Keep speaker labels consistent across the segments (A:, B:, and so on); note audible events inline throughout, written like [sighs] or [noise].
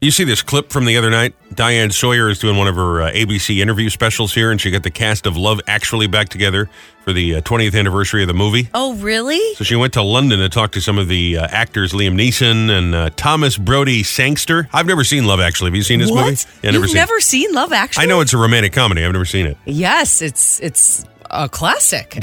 A: You see this clip from the other night? Diane Sawyer is doing one of her uh, ABC interview specials here, and she got the cast of Love Actually back together for the uh, 20th anniversary of the movie.
B: Oh, really?
A: So she went to London to talk to some of the uh, actors, Liam Neeson and uh, Thomas Brody Sangster. I've never seen Love Actually. Have you seen this
B: what?
A: movie? Yeah,
B: You've
A: seen it.
B: never seen Love Actually?
A: I know it's a romantic comedy. I've never seen it.
B: Yes, it's it's a classic.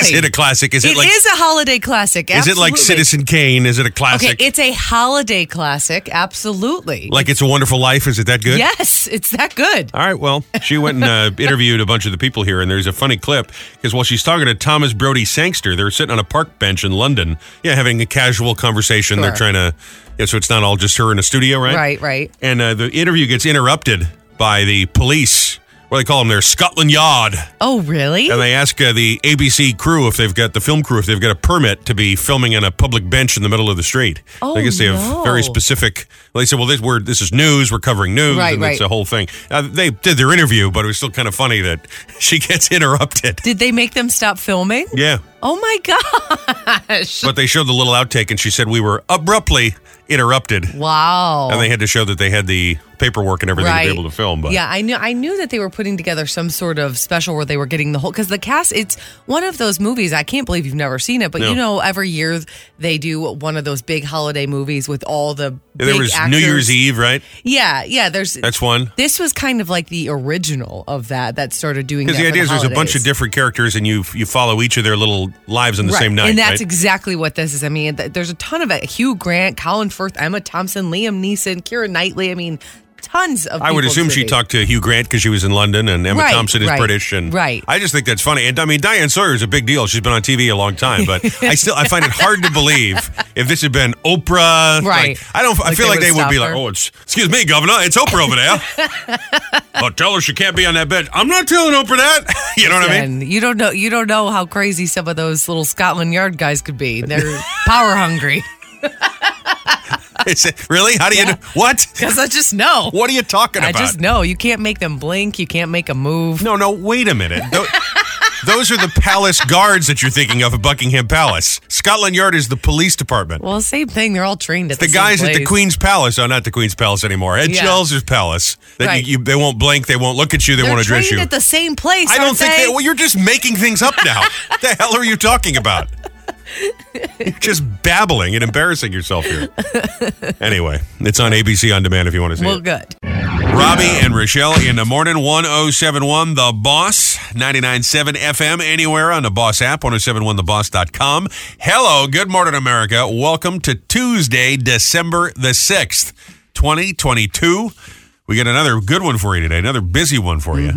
A: [laughs] Is it a classic? Is it,
B: It
A: like
B: is a holiday classic.
A: is it like
B: absolutely.
A: Citizen Kane? Is it a classic?
B: Okay, it's a holiday classic. Absolutely.
A: like It's a Wonderful Life? Is it that good?
B: yes, it's that good.
A: All right. Well, she went and uh, interviewed a bunch of the people here, and there's a funny clip because while she's talking to Thomas Brody Sangster, they're sitting on a park bench in London, yeah, having a casual conversation. They're
B: Sure.
A: trying to, yeah, so it's not all just her in a studio, right?
B: Right, right.
A: And uh, the interview gets interrupted by the police. What do they call them? They're Scotland Yard,
B: Oh, really?
A: and they ask uh, the ABC crew if they've got the film crew if they've got a permit to be filming on a public bench in the middle of the street.
B: Oh,
A: I guess they have
B: no.
A: very specific. They said, "Well, this we're this is news. We're covering news,
B: Right,
A: and it's
B: right.
A: a whole thing." Uh, they did their interview, but it was still kind of funny that [laughs] she gets interrupted.
B: Did they make them stop filming?
A: Yeah,
B: Oh my gosh.
A: but they showed the little outtake, and she said, "We were abruptly interrupted."
B: Wow.
A: And they had to show that they had the paperwork and everything
B: right.
A: to be able to film. But
B: Yeah, I knew I knew that they were putting together some sort of special where they were getting the whole because the cast. It's one of those movies. I can't believe you've never seen it, but
A: No.
B: you know, every year they do one of those big holiday movies with all the
A: there
B: big
A: was New
B: actors.
A: Year's Eve, right?
B: Yeah, yeah. There's
A: That's one.
B: this was kind of like the original of that that started doing
A: Because
B: that
A: the
B: for
A: idea is there's a bunch of
B: holidays.
A: different characters, and you you follow each of their little lives on the
B: Right.
A: same night.
B: And that's
A: right?
B: exactly what this is. I mean, th- there's a ton of it. Hugh Grant, Colin Firth, Emma Thompson, Liam Neeson, Kira Knightley. I mean, tons of.
A: I would
B: people
A: assume she
B: today.
A: talked to Hugh Grant because she was in London, and Emma
B: Right,
A: Thompson is
B: right,
A: British, and
B: right.
A: I just think that's funny. And I mean, Diane Sawyer is a big deal; she's been on TV a long time, but I still I find it hard to believe if this had been Oprah.
B: Right.
A: Like, I don't. I
B: Like
A: feel
B: they
A: like
B: would
A: they would
B: stop
A: be
B: her.
A: like, "Oh, it's excuse me, Governor, it's Oprah over
B: [laughs]
A: there." oh, tell her she can't be on that bench. I'm not telling Oprah that. [laughs] you know what I mean?
B: And you don't know you don't know how crazy some of those little Scotland Yard guys could be. They're
A: [laughs]
B: power hungry. [laughs]
A: It's, [laughs] really? How do you? Know,
B: [laughs]
A: what?
B: Because I just know.
A: What are you talking
B: I
A: about?
B: just know. You can't make them blink. You can't make a move.
A: No, no, wait a minute. Tho- Those are the palace guards that you're thinking of at Buckingham Palace. Scotland Yard is the police department.
B: Well, same thing. They're all trained at
A: the
B: the, same
A: guys at the
B: place.
A: Queen's Palace, oh, not the Queen's Palace anymore, at
B: Yeah.
A: Charles's Palace, that
B: Right.
A: you, you, they won't blink, they won't look at you, they
B: They're
A: won't address
B: trained
A: you.
B: at the same place.
A: I don't
B: aren't
A: think
B: they.
A: that. Well, you're just making things up
B: [laughs]
A: now. the hell are you talking about? You're just babbling and embarrassing yourself
B: [laughs]
A: here. Anyway, it's on ABC On Demand if you want to see it.
B: well, good.
A: Oh Robbie and Rochelle in the morning, 1071 The Boss, 997 FM, anywhere on the Boss app, 1071theboss.com. Hello, good morning, America. Welcome to Tuesday, December the 6th, 2022. We got another good one for you today, another busy one for you.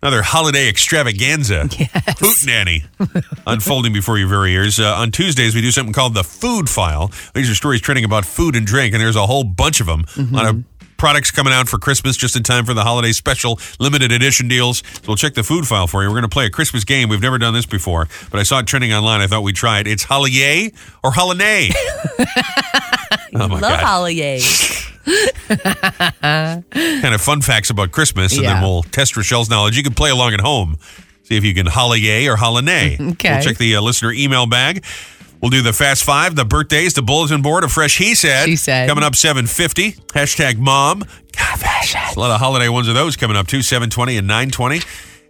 A: Another holiday extravaganza. Yes. Hoot nanny. unfolding before your very ears. Uh, on Tuesdays, we do something called the food file. These are stories trending about food and drink, and there's a whole bunch of them on a products coming out for Christmas just in time for the holiday special limited edition deals. So we'll check the food file for you. We're going to play a Christmas game. We've never done this before, but I saw it trending online. I thought we'd try it. It's holiday or holiday. oh my
B: Love
A: God.
B: holidays.
A: [laughs] kind of fun facts about Christmas, and then
B: Yeah.
A: we'll test Rochelle's knowledge. You can play along at home, see if you can holiday or holiday.
B: [laughs] Okay.
A: We'll check the uh, listener email bag. We'll do the fast five, the birthdays, the bulletin board, a fresh he said.
B: She said.
A: coming up seven fifty. Hashtag mom. A lot of holiday ones of those coming up too. Seven twenty and nine twenty.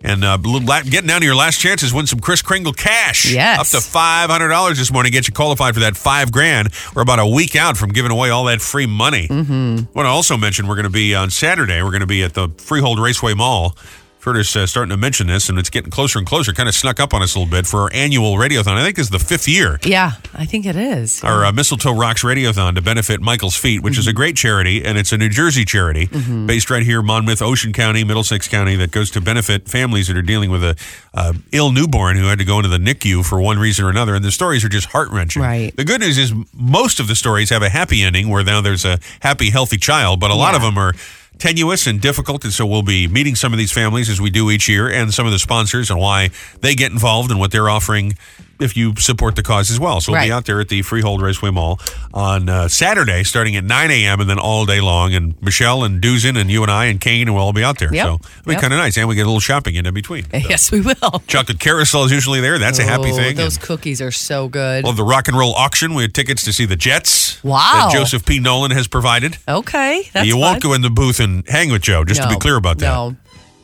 A: And uh, bl- la- getting down to your last chances, win some Kris Kringle cash.
B: Yes.
A: Up to five hundred dollars this morning. Get you qualified for that five grand. We're about a week out from giving away all that free money. Mm-hmm. Want to also mention we're going to be on Saturday. We're going to be at the Freehold Raceway Mall. Curtis uh, starting to mention this, and it's getting closer and closer. Kind of snuck up on us a little bit for our annual radiothon. I think this is the fifth year
B: Yeah, I think
A: [laughs]
B: it is.
A: our uh, Mistletoe Rocks Radiothon to benefit Michael's Feet, which is a great charity, and it's a New Jersey charity based right here, Monmouth, Ocean County, Middlesex County, that goes to benefit families that are dealing with a uh, ill newborn who had to go into the NICU for one reason or another. And the stories are just heart wrenching.
B: Right.
A: The good news is most of the stories have a happy ending where now there's a happy, healthy child, but a lot of them are tenuous and difficult. And so we'll be meeting some of these families as we do each year and some of the sponsors and why they get involved and what they're offering if you support the cause as well. So we'll be
B: Right.
A: out there at the Freehold Raceway Mall on uh, Saturday, starting at 9 a.m. and then all day long. And Michelle and Duzin and you and I and Kane will all be out there.
B: Yep.
A: So it'll be
B: Yep.
A: kind of nice. And we get a little shopping in
B: [laughs]
A: between.
B: Yes, we will.
A: Chocolate carousel is usually there. That's a happy
B: Oh,
A: thing.
B: Those
A: And
B: cookies are so good.
A: love the rock and roll auction. We had tickets to see the Jets.
B: Wow.
A: That Joseph P. Nolan has provided.
B: okay, that's
A: you
B: fun.
A: won't go in the booth and hang with Joe, just to be
B: No,
A: clear about that.
B: no.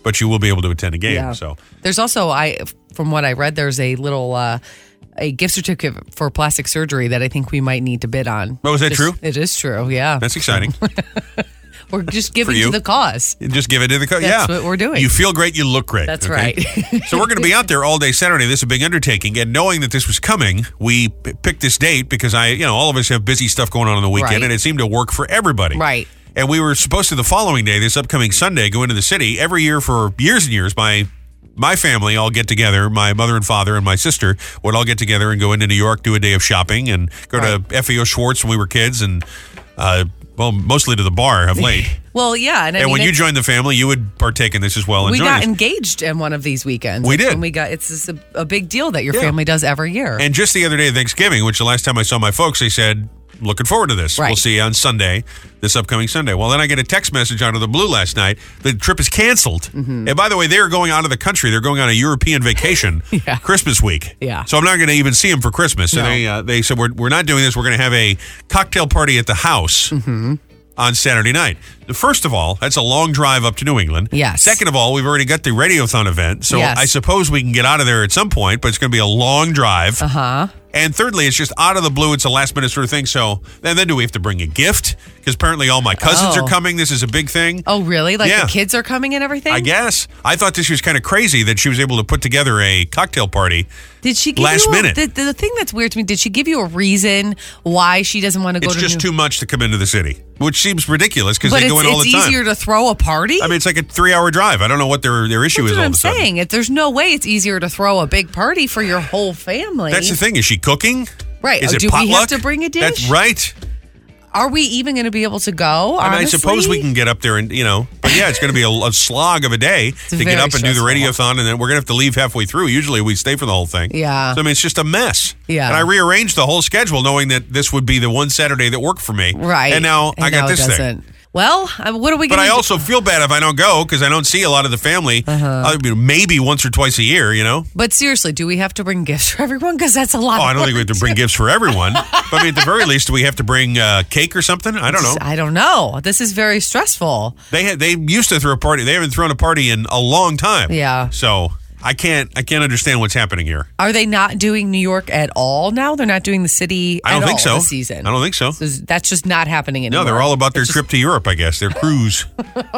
A: But you will be able to attend a game.
B: Yeah.
A: So
B: There's also I from what I read there's a little uh a gift certificate for plastic surgery that I think we might need to bid on.
A: Oh, is that
B: Just-
A: true?
B: It is true. Yeah.
A: that's exciting.
B: we're just giving
A: you.
B: to the cause.
A: Just give it to the coach.
B: [laughs] That's
A: yeah.
B: what we're doing.
A: You feel great, you look great.
B: That's right.
A: [laughs] so we're going to be out there all day Saturday. This is a big undertaking. And knowing that this was coming, we p- picked this date because I, you know, all of us have busy stuff going on on the weekend
B: Right.
A: and it seemed to work for everybody.
B: Right.
A: And we were supposed to the following day, this upcoming Sunday, go into the city. Every year for years and years, my my family all get together. My mother and father and my sister would all get together and go into New York, do a day of shopping, and go to FEO Schwartz when we were kids, and uh, well, mostly to the bar
B: [laughs]
A: of late.
B: Well, yeah, and, I
A: And
B: mean,
A: when you
B: it's-
A: joined the family, you would partake in this as well. and
B: we
A: join
B: got
A: us.
B: engaged in one of these weekends.
A: We
B: That's
A: did.
B: when we got it's just a, a big deal that your
A: Yeah.
B: family does every year.
A: And just the other day, Thanksgiving, which the last time I saw my folks, they said, looking forward to this.
B: Right.
A: We'll see you on Sunday, this upcoming Sunday. Well, then I get a text message out of the blue last night. The trip is canceled.
B: Mm-hmm.
A: And by the way, they are going out of the country. They're going on a European vacation
B: [laughs] Yeah.
A: Christmas week.
B: Yeah.
A: So I'm not going to even see them for Christmas. So
B: No.
A: they, uh, they said, we're, we're not doing this. We're going to have a cocktail party at the house.
B: Mm-hmm.
A: On Saturday night. First of all, that's a long drive up to New England.
B: Yes.
A: Second of all, we've already got the Radiothon event, so
B: Yes.
A: I suppose we can get out of there at some point, but it's going to be a long drive.
B: Uh huh.
A: And thirdly, it's just out of the blue. It's a last minute sort of thing. So, and then do we have to bring a gift? Because apparently all my cousins
B: Oh.
A: are coming. This is a big thing.
B: Oh, really? Like
A: Yeah.
B: the kids are coming and everything?
A: I guess. I thought this was kind of crazy that she was able to put together a cocktail party.
B: Did she give
A: Last
B: you a-
A: minute.
B: The, the, the thing that's weird to me? Did she give you a reason why she doesn't want to go
A: It's
B: to?
A: just
B: New-
A: too much to come into the city, which seems ridiculous because
B: but
A: they
B: it's,
A: go in all
B: it's
A: the time.
B: easier to throw a party.
A: I mean, it's like a three hour drive. I don't know what their, their issue
B: That's
A: is
B: what
A: all
B: I'm
A: of a sudden.
B: saying. If there's no way it's easier to throw a big party for your whole family.
A: That's the thing. Is she cooking?
B: Right.
A: Is
B: Oh,
A: it
B: do we have
A: potluck?
B: to bring a
A: That's
B: dish?
A: right.
B: Are we even going to be able to go?
A: I mean, I
B: honestly?
A: suppose we can get up there and you know, but yeah, it's going to be a, a slog of a
B: [laughs]
A: day to get
B: very
A: up and do the
B: stressful.
A: radiothon, and then we're going to have to leave halfway through. Usually, we stay for the whole thing.
B: Yeah.
A: So, I mean, it's just a mess.
B: Yeah.
A: And I rearranged the whole schedule, knowing that this would be the one Saturday that worked for me.
B: Right.
A: And now I got
B: now it
A: this thing.
B: doesn't. Well, I- what are we
A: But
B: going
A: I
B: to
A: also feel bad if I don't go because I don't see a lot of the family.
B: Uh-huh.
A: I mean, maybe once or twice a year, you know.
B: But seriously, do we have to bring gifts for everyone? Because that's a lot.
A: Oh, I don't
B: of
A: think we have to bring gifts for everyone. But I mean, at the very least, we have to bring uh, cake or something. I don't know.
B: work. I don't know. This is very stressful.
A: They had they used to throw a party. They haven't thrown a party in a long time.
B: Yeah.
A: So I can't I can't understand what's happening here.
B: Are they not doing New York at all now? They're not doing the city.
A: I don't
B: at
A: think
B: all
A: so.
B: This season.
A: I don't think so.
B: So that's just not happening
A: No,
B: anymore.
A: they're all about their trip to Europe, I guess. Their cruise.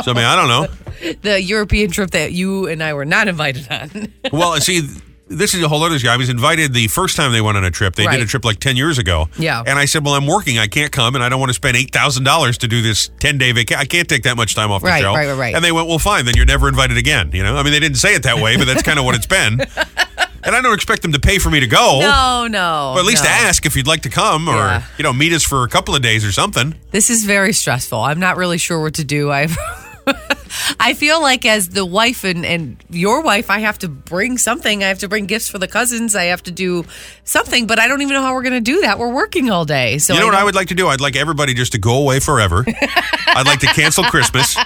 A: so I mean, I don't
B: [laughs]
A: know.
B: the European trip that you and I were not invited on.
A: Well, see, this is a whole other guy. I was invited the first time they went on a trip. They
B: Right.
A: did a trip like ten years ago.
B: Yeah.
A: And I said, well, I'm working. I can't come, and I don't want to spend eight thousand dollars to do this ten day vacation. I can't take that much time off
B: Right,
A: the show.
B: right, right, right.
A: And they went, well, fine. Then you're never invited again. You know, I mean, they didn't say it that way, but that's kind of what it's been.
B: [laughs]
A: And I don't expect them to pay for me to go.
B: [laughs] no, no.
A: Or at least
B: no.
A: ask if you'd like to come or,
B: Yeah.
A: you know, meet us for a couple of days or something.
B: This is very stressful. I'm not really sure what to do. [laughs] I I feel like as the wife and, and your wife, I have to bring something. I have to bring gifts for the cousins. I have to do something, but I don't even know how we're going to do that. We're working all day. So
A: You know what I
B: don't-
A: would like to do? I'd like everybody just to go away forever.
B: [laughs]
A: I'd like to cancel Christmas.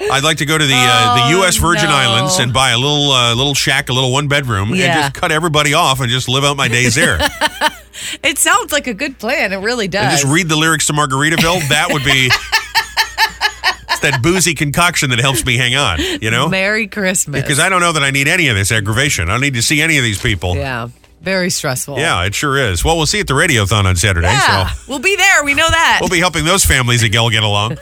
A: I'd like to go to the uh, the
B: Oh,
A: U.S. Virgin
B: no.
A: Islands and buy a little uh, little shack, a little one bedroom, and
B: Yeah.
A: just cut everybody off and just live out my days
B: [laughs]
A: there.
B: It sounds like a good plan. It really
A: and
B: does.
A: just read the lyrics to Margaritaville. That would be it's that boozy concoction that helps me hang on. You know,
B: Merry Christmas.
A: because I don't know that I need any of this aggravation. I don't need to see any of these people.
B: yeah, very stressful.
A: Yeah, it sure is. Well, we'll see you at the radiothon on Saturday.
B: Yeah,
A: So
B: we'll be there. We know that.
A: we'll be helping those families again get along.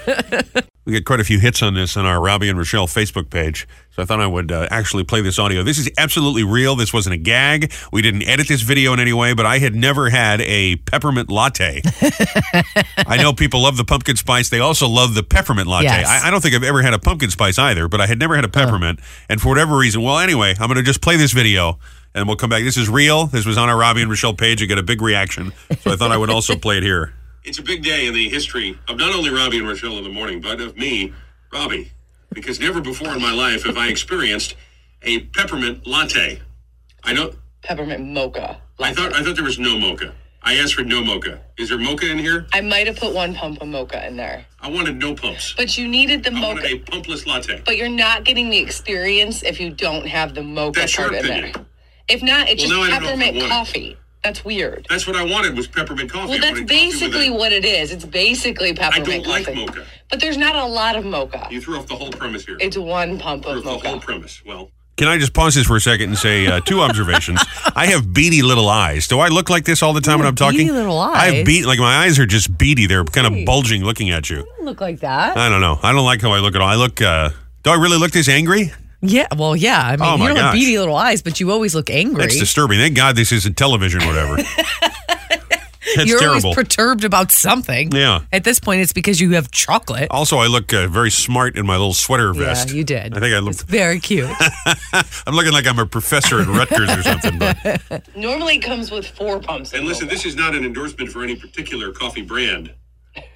A: we get quite a few hits on this on our Robbie and Rochelle Facebook page. So I thought I would uh, actually play this audio. This is absolutely real. This wasn't a gag. We didn't edit this video in any way, but I had never had a peppermint latte. I know people love the pumpkin spice. They also love the peppermint latte.
B: Yes.
A: I, I don't think I've ever had a pumpkin spice either, but I had never had a peppermint. And for whatever reason, well, anyway, I'm going to just play this video and we'll come back. This is real. This was on our Robbie and Rochelle page. I got a big reaction. So I thought I would also play it here.
C: It's a big day in the history of not only Robbie and Rochelle in the morning, but of me, Robbie, because never before in my life have I experienced a peppermint latte. I know
D: peppermint mocha.
C: I thought I thought there was no mocha. I asked for no mocha. Is there mocha in here?
D: I might have put one pump of mocha in there,
C: I wanted no pumps.
D: but you needed the
C: I wanted
D: mocha.
C: a pumpless latte.
D: But you're not getting the experience if you don't have the mocha
C: That's your
D: part in there.
C: opinion.
D: If not, it's
C: Well, now I
D: just
C: don't know if I
D: peppermint
C: want it.
D: coffee. That's weird.
C: That's what I wanted was peppermint coffee.
D: Well,
C: I
D: that's
C: wanted coffee with
D: basically
C: it.
D: what it is. It's basically
C: I
D: peppermint
C: don't like
D: coffee.
C: mocha.
D: But there's not a lot of mocha.
C: You threw off the whole premise here.
D: It's one pump
C: threw
D: of
C: off the whole
D: mocha.
C: premise. Well,
A: Can I just pause this for a second and say uh, two
B: [laughs]
A: observations? I have beady little eyes. Do I look like this all the time when I'm talking?
B: beady little
A: I have
B: eyes?
A: beat like my eyes are just beady. They're kind of bulging looking at you.
B: Look like that?
A: I don't know. I don't like how I look at all. I look. Uh, do I really look this angry?
B: Yeah. Well, yeah. I mean,
A: Oh, my
B: you don't
A: gosh.
B: have beady little eyes, but you always look angry.
A: That's disturbing. Thank God this isn't television or
B: [laughs]
A: whatever. That's
B: You're
A: terrible.
B: always perturbed about something.
A: Yeah.
B: At this point, it's because you have chocolate.
A: also, I look uh, very smart in my little sweater vest.
B: Yeah, you did.
A: I think I look.
B: It's
C: [laughs]
B: very cute.
A: I'm looking like I'm a professor at Rutgers or something. But
D: Normally it comes with four pumps. of
C: and listen,
D: mocha.
C: this is not an endorsement for any particular coffee brand.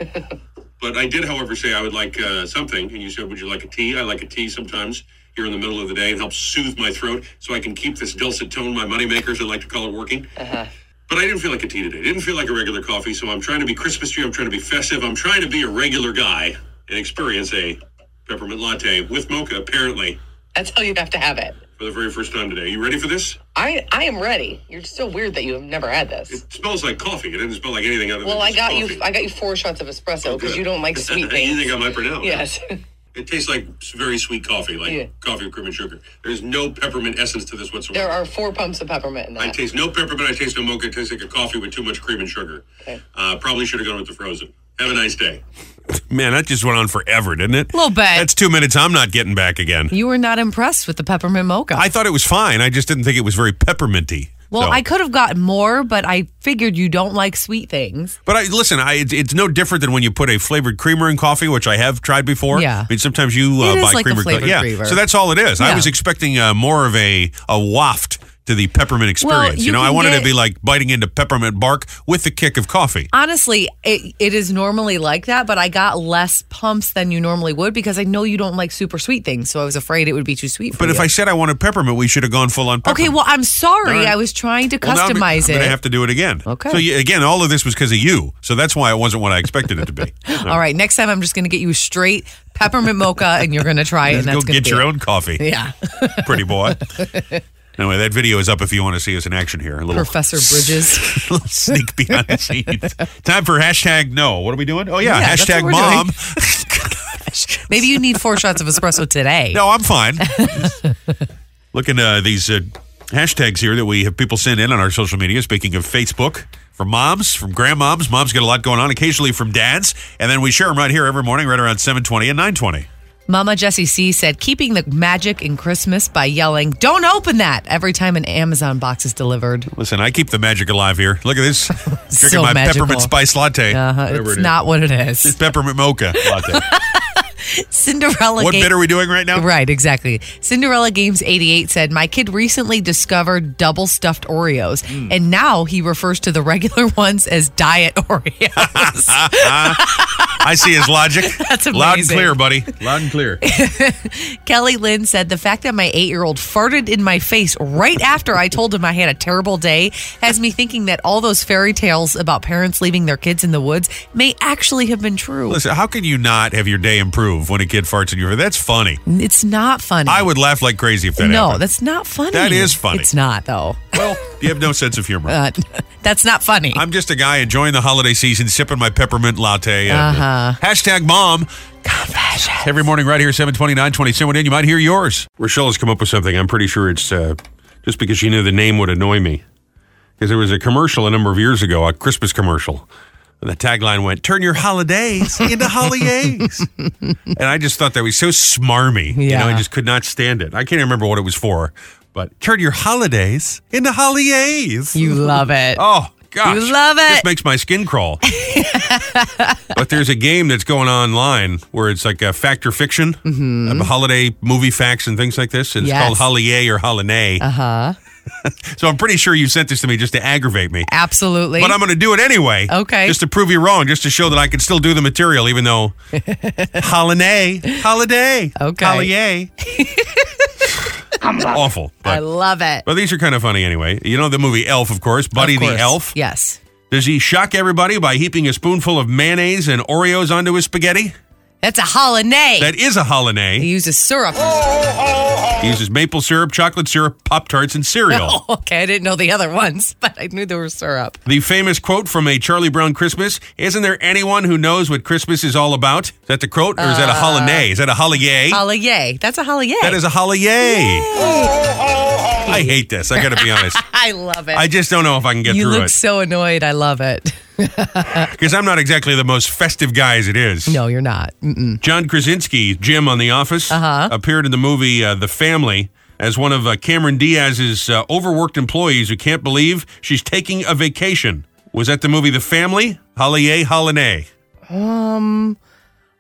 C: but I did, however, say I would like uh, something, and you said, "Would you like a tea?" I like a tea sometimes here in the middle of the day. It helps soothe my throat, so I can keep this dulcet tone, my moneymakers, I like to call it, working. But I didn't feel like a tea today. didn't feel like a regular coffee, so I'm trying to be Christmas tree. I'm trying to be festive. I'm trying to be a regular guy and experience a peppermint latte with mocha, apparently,
D: That's how you have to have it.
C: for the very first time today. You ready for this?
D: I I am ready. You're so weird that you have never had this.
C: It smells like coffee. It doesn't smell like anything other
D: Well,
C: than
D: I
C: just
D: got
C: coffee.
D: you. I got you four shots of
A: Oh,
D: espresso because
C: Good.
D: you
A: [laughs]
D: don't like
C: [laughs]
D: sweet
C: you
D: things.
C: think I might pronounce?
D: yes. [laughs]
C: It tastes like s- very sweet coffee, like
D: Yeah.
C: coffee with cream and sugar. There's no peppermint essence to this whatsoever.
D: there are four pumps of peppermint in
C: I
D: that.
C: taste no peppermint. I taste no mocha. It tastes like a coffee with too much cream and sugar.
D: Okay.
C: Uh, probably should have gone with the frozen. Have a nice day.
A: [laughs] man, that just went on forever, didn't it?
B: Little bit.
A: That's two minutes. I'm not getting back again.
B: you were not impressed with the peppermint mocha.
A: I thought it was fine. I just didn't think it was very pepperminty.
B: well,
A: So-
B: I could have gotten more, but I figured you don't like sweet things.
A: But I, listen, I, it's, it's no different than when you put a flavored creamer in coffee, which I have tried before.
B: Yeah.
A: I mean, sometimes you uh,
B: It is
A: buy
B: like a
A: creamer.
B: flavored
A: yeah.
B: creamer.
A: So that's all it is. I
B: Yeah.
A: was expecting uh, more of a, a waft to the peppermint experience.
B: Well, you
A: know, I
B: can
A: wanted it to
B: get-
A: be like biting into peppermint bark with the kick of coffee.
B: Honestly, it, it is normally like that, but I got less pumps than you normally would because I know you don't like super sweet things. So I was afraid it would be too sweet for
A: But
B: you.
A: if I said I wanted peppermint, we should have gone full on peppermint.
B: Okay, well, I'm sorry.
A: All right.
B: I was trying to
A: Well, now I'm-
B: customize
A: I'm
B: it.
A: going to have to do it again.
B: Okay.
A: So, you, again, all of this was because of you. So that's why it wasn't what I expected it to
B: [laughs]
A: be.
B: All right, next time I'm just going to get you a straight peppermint mocha and you're going to try it. And
A: Go
B: that's gonna
A: get
B: be
A: your
B: it.
A: own coffee.
B: Yeah.
A: pretty
B: [laughs]
A: boy. anyway, that video is up if you want to see us in action here. A little,
B: Professor
A: [laughs]
B: Bridges.
A: little sneak behind the scenes. Time for hashtag no. What are we doing? Oh, yeah,
B: Yeah, that's
A: hashtag
B: what we're
A: mom.
B: Maybe you need four shots of espresso today.
A: [laughs] no, I'm
B: [laughs]
A: fine. Looking uh, these uh, hashtags here that we have people send in on our social media. Speaking of Facebook, from moms, from grandmoms. Moms get a lot going on, occasionally from dads. And then we share them right here every morning, right around 720 and 920.
B: Mama Jessie C said, keeping the magic in Christmas by yelling, don't open that every time an Amazon box is delivered.
A: Listen, I keep the magic alive here. Look at
B: [laughs]
A: this. Drinking
B: So
A: my
B: magical.
A: peppermint spice latte.
B: Uh,
A: Whatever
B: it's
A: it is.
B: not what
A: [laughs]
B: it is.
A: Peppermint mocha
B: [laughs]
A: latte.
B: Cinderella
A: What
B: Game-
A: bit are we doing right now?
B: Right, exactly. Cinderella Games 88 said, My kid recently discovered double stuffed Oreos,
A: Hmm.
B: and now he refers to the regular [laughs] ones as diet Oreos. [laughs]
A: I see his logic.
B: That's
A: Loud and
B: amazing.
A: clear, buddy. Loud and clear.
B: Kelly Lynn said, The fact that my eight year old farted in my face right after I told him I had a terrible day has me thinking that all those fairy tales about parents leaving their kids in the woods may actually have been true.
A: Listen, how can you not have your day improve when a kid farts in your face? That's funny.
B: It's not funny.
A: I would laugh like crazy if that
B: no,
A: happened.
B: that's not funny.
A: That is funny.
B: It's not, though. [laughs]
A: well, you have no sense of humor.
B: Uh, that's not funny.
A: I'm just a guy enjoying the holiday season, sipping my peppermint latte. And, uh-huh. Hashtag mom. Every morning, right here, 729, 20, send one in. You might hear yours. Rochelle has come up with something. I'm pretty sure it's uh, just because she knew the name would annoy me. Because there was a commercial a number of years ago, a Christmas commercial. And the tagline went, Turn your holidays into [laughs] holidays. and I just thought that was so smarmy. You know, I
B: Yeah.
A: just could not stand it. I can't remember what it was for, but turn your holidays into holidays.
B: you love it.
A: Oh gosh,
B: You love it.
A: This makes my skin
B: [laughs]
A: crawl. but there's a game that's going online where it's like a fact or fiction, uh, holiday movie facts and things like this. And it's
B: Mm-hmm. Yes. Uh-huh.
A: called Holiday or Holiday. Uh huh. [laughs] so I'm pretty sure you sent this to me just to aggravate me.
B: Absolutely.
A: But I'm going to do it anyway.
B: Okay.
A: Just to prove you wrong, just to show that I can still do the material, even
B: [laughs]
A: though holiday, holiday,
B: [laughs] Okay.
A: holiday.
D: scumbag.
A: Awful.
B: I
A: But,
B: love it.
A: but these are kind of funny anyway. You know the movie Elf, of course. Buddy
B: Of
A: the
B: course.
A: Elf.
B: Yes.
A: Does he shock everybody by heaping a spoonful of mayonnaise and Oreos onto his spaghetti?
B: That's a hollandaise.
A: That Oh. is a hollandaise.
B: he uses syrup.
A: He uses maple syrup, chocolate syrup, Pop Tarts, and cereal.
B: [laughs] [laughs] okay, I didn't know the other ones, [laughs] but I knew there was syrup.
A: The famous quote from a Charlie Brown Christmas Isn't there anyone who knows what Christmas is all about? Is that the quote or is that a
B: Uh,
A: hollandaise? Is that a hollier?
B: Hollandaise. That's a hollandaise.
A: that is a hollier. I hate this. I got to be
B: [laughs]
A: honest.
B: I love it.
A: I just don't know if I can get
B: you
A: through
B: look
A: it
B: so annoyed. I love it. [laughs]
A: because I'm not exactly the most festive guy as it is.
B: No, you're not. Mm. Mm-mm.
A: John Krasinski, Jim on The Office,
B: Uh-huh.
A: appeared in the movie uh, The Family as one of uh, Cameron Diaz's uh, overworked employees who can't believe she's taking a vacation. Was that the movie The Family? Hollier Hollanay.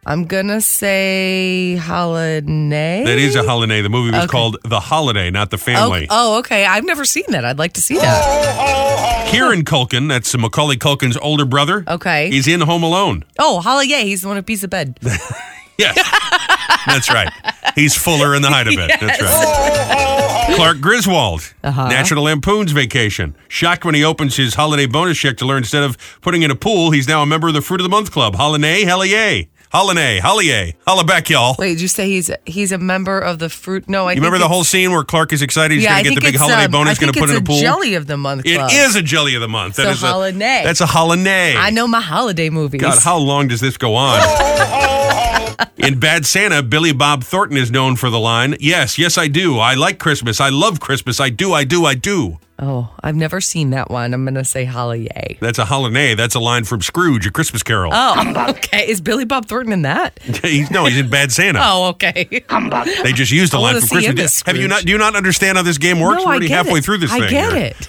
B: I'm gonna say hollandaise.
A: That is a Hollanay. The movie was called The Holiday, not The
B: Oh,
A: Family.
B: oh, okay. I've never seen that. I'd like to see
A: [gasps]
B: that.
A: Kieran Culkin, that's Macaulay Culkin's older brother.
B: Oh. Okay.
A: He's in Home Alone.
B: oh, hollandaise. He's the one who beats the bed.
A: [laughs] Yes.
B: [laughs]
A: that's right. He's Fuller in the height of it. That's right. Clark Griswold,
B: Uh-huh.
A: National Lampoon's Vacation. Shocked when he opens his holiday bonus check to learn instead of putting in a pool, he's now a member of the Fruit of the Month Club. Holiday, hella yay. Holiday, holla yay. Holla back, y'all.
B: Wait, did you say he's he's a member of the fruit? No, I
A: You remember
B: think
A: the whole
B: it's-
A: scene where Clark is excited he's
B: yeah, I
A: going to get
B: think
A: the big
B: it's,
A: holiday
B: um,
A: bonus,
B: I
A: going
B: think
A: to put
B: it's
A: in a pool?
B: Jelly of the month.
A: It
B: club.
A: is a jelly of the month. That
B: So
A: is
B: holiday.
A: A, that's a holiday.
B: I know my holiday movies.
A: God, how long does this go
B: [laughs]
A: on? In Bad Santa, Billy Bob Thornton is known for the line, Yes, yes, I do. I like Christmas. I love Christmas. I do, I do, I do.
B: oh, I've never seen that one. I'm gonna say holiday.
A: [laughs] That's a holiday. That's a line from Scrooge, a Christmas carol.
B: Oh, okay. Is Billy Bob Thornton in that?
A: [laughs] He's- no, he's in Bad Santa.
B: Oh, okay.
A: They just used the
B: Oh. I
A: line
B: wanna
A: from
B: see him
A: Christmas.
B: as
A: Have you
B: Scrooge.
A: not? Do you not understand how this game works?
B: no,
A: We're
B: I
A: already
B: get
A: halfway
B: it.
A: through this
B: I
A: thing.
B: get
A: here.
B: it.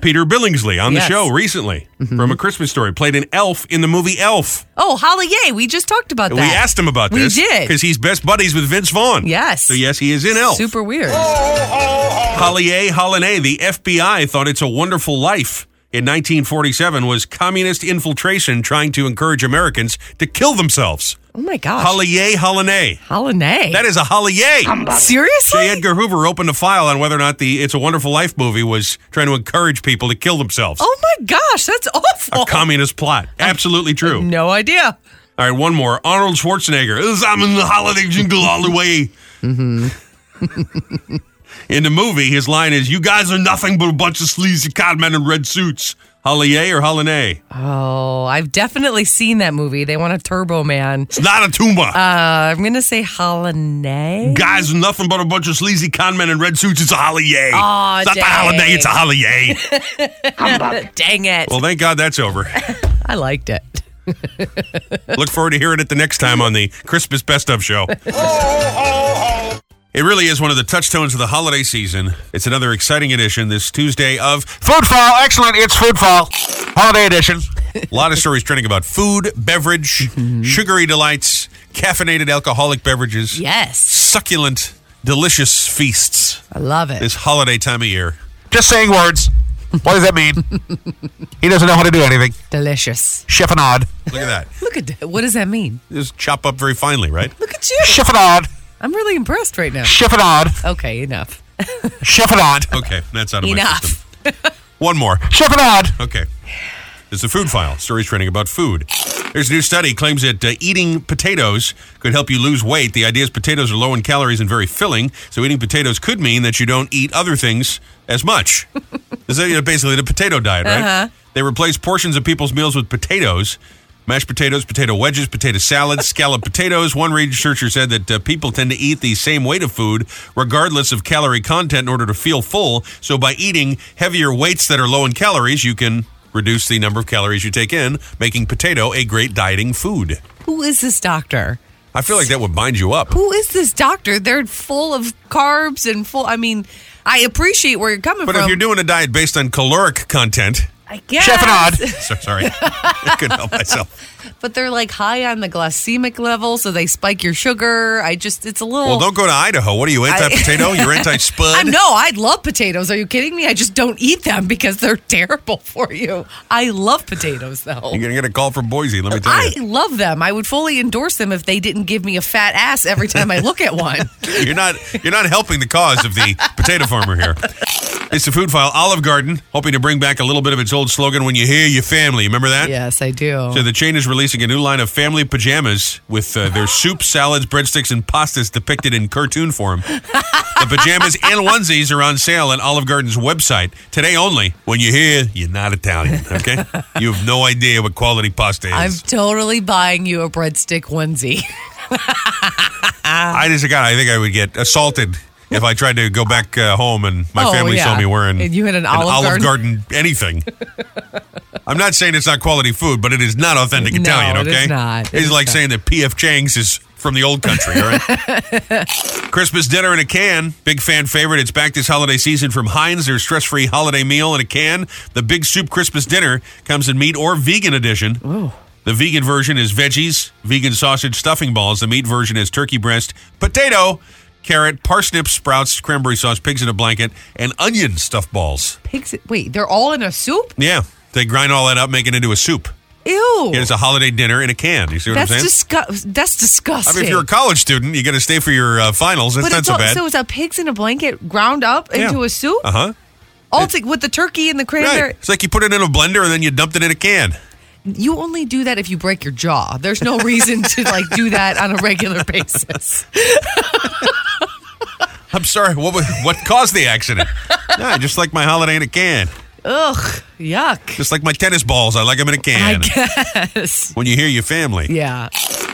A: Peter Billingsley on
B: Yes. Mm-hmm.
A: the show recently from A Christmas Story played an elf in the movie Elf.
B: Oh, holiday. We just talked about that.
A: We asked him about
B: We
A: this.
B: did.
A: Because he's best buddies with Vince Vaughn.
B: Yes.
A: So, yes, he is in Elf.
B: Super weird.
A: Oh. Hollier Hollinet, the FBI thought It's a Wonderful Life in 1947 was communist infiltration trying to encourage Americans to kill themselves.
B: Oh my gosh.
A: Hollier Hollinet.
B: holiday.
A: That is a Hollier.
B: Seriously?
A: J. Edgar Hoover opened a file on whether or not the It's a Wonderful Life movie was trying to encourage people to kill themselves.
B: Oh my gosh, that's awful.
A: A communist plot. Absolutely true.
B: no idea.
A: All right, one more. Arnold Schwarzenegger. "As I'm in the holiday jingle all the way.
B: Mm-hmm.
A: [laughs] in the movie, his line is, "You guys are nothing but a bunch of sleazy con men in red suits." Hollier or Hollinet?
B: Oh, I've definitely seen that movie. They want a Turbo Man.
A: It's not a tumor.
B: Uh, I'm gonna say holiday.
A: guys are nothing but a bunch of sleazy con men in red suits. It's a Hollier.
B: Aw,
A: it's not the
B: dang.
A: Holiday. It's a
B: [laughs]
A: Hollier.
B: Dang it!
A: well, thank God that's over.
B: I liked it.
A: Look forward to hearing it the next time on the Christmas Best of
B: [laughs]
A: Show. It really is one of the touchstones of the holiday season. It's another exciting edition this Tuesday of Food Fall. Excellent. It's Food Fall. Holiday edition. A lot of stories trending about food, beverage, sugary delights, caffeinated alcoholic beverages,
B: Yes,
A: succulent, delicious feasts
B: I love it.
A: this holiday time of year.
E: Just saying words. What does that mean? he doesn't know how to do anything.
B: Delicious.
E: Chiffonade.
A: Look at that.
B: Look at that. What does that mean?
A: Just chop up very finely, right?
B: Look at you.
E: Chiffonade.
B: I'm really impressed right now.
E: Chiffonade.
B: Okay, enough.
E: Chiffonade.
A: Okay, that's out of my
B: Enough.
A: system. One more.
E: Chiffonade.
A: [laughs] Okay. It's the food file. Stories trending about food. There's a new study claims that uh, eating potatoes could help you lose weight. The idea is potatoes are low in calories and very filling, so eating potatoes could mean that you don't eat other things as much. this is uh, basically the potato diet, right? They replace portions of people's meals with potatoes. Mashed potatoes, potato wedges, potato
B: [laughs]
A: salads, scalloped potatoes. One researcher said that uh, people tend to eat the same weight of food regardless of calorie content in order to feel full. So by eating heavier weights that are low in calories, you can reduce the number of calories you take in, making potato a great dieting food.
B: Who is this doctor?
A: I feel like that would bind you up.
B: Who is this doctor? They're full of carbs and full. I mean, I appreciate where you're coming
A: But
B: from.
A: if you're doing a diet based on caloric content, [laughs]
B: I guess.
E: Chiffonade.
B: [laughs]
A: so, sorry, I couldn't help myself.
B: but they're like high on the glycemic level, so they spike your sugar. I just, it's a little.
A: Well, don't go to Idaho. What are you, anti potato?
B: [laughs]
A: You're anti
B: I
A: spud?
B: know. I love potatoes. Are you kidding me? I just don't eat them because they're [laughs] terrible for you. I love potatoes, though.
A: You're going to get a call from Boise, let me tell
B: I
A: you.
B: love them. I would fully endorse them if they didn't give me a fat ass every time I look
A: [laughs]
B: at one.
A: You're not you're not helping the cause of the potato farmer here. It's the food file Olive Garden, hoping to bring back a little bit of its old slogan when you hear your family. Remember that?
B: yes, I do.
A: So the chain is releasing a new line of family pajamas with uh, their soup, salads, breadsticks, and pastas depicted in cartoon form. The pajamas and onesies are on sale at Olive Garden's website today only. When you hear, you're not Italian, okay? You have no idea what quality pasta is.
B: I'm totally buying you a breadstick onesie. [laughs]
A: I just got. I think I would get assaulted if I tried to go back uh, home and my
B: Oh,
A: family saw
B: yeah.
A: me wearing
B: And you had an Olive
A: Garden, anything. I'm not saying it's not quality food, but it is not authentic
B: No,
A: Italian.
B: it is
A: Okay,
B: not. It
A: it's
B: is
A: like
B: not.
A: saying that P.F. Chang's is from the old country. All right.
B: [laughs]
A: Christmas dinner in a can, big fan favorite. It's back this holiday season from Heinz. Their stress-free holiday meal in a can. The Big Soup Christmas Dinner comes in meat or vegan edition. The vegan version is veggies, vegan sausage, stuffing balls. The meat version is turkey breast, potato, carrot, parsnip, sprouts, cranberry sauce, pigs in a blanket, and onion stuffed balls.
B: Pigs, wait, they're all in a soup?
A: Yeah, they grind all that up, make it into a soup.
B: Ew.
A: It's a holiday dinner in a can. You see what
B: that's
A: I'm saying?
B: disgu- That's
A: I
B: disgusting.
A: mean, if you're a college student, you got to stay for your uh, finals. That's
B: but
A: not
B: it's
A: so
B: all,
A: bad.
B: So is that pigs in a blanket ground up into a soup?
A: Uh huh.
B: All to- with the turkey and the cranberry.
A: Right. It's like you put it in a blender and then you dumped it in a can.
B: You only do that if you break your jaw. There's no reason to like do that on a regular [laughs] basis.
A: I'm sorry. What was, what caused the
B: [laughs]
A: accident? yeah, just like my holiday in a can.
B: Ugh, yuck.
A: Just like my tennis balls, I like them in a
B: I
A: can.
B: guess.
A: When you hear your family.
B: Yeah.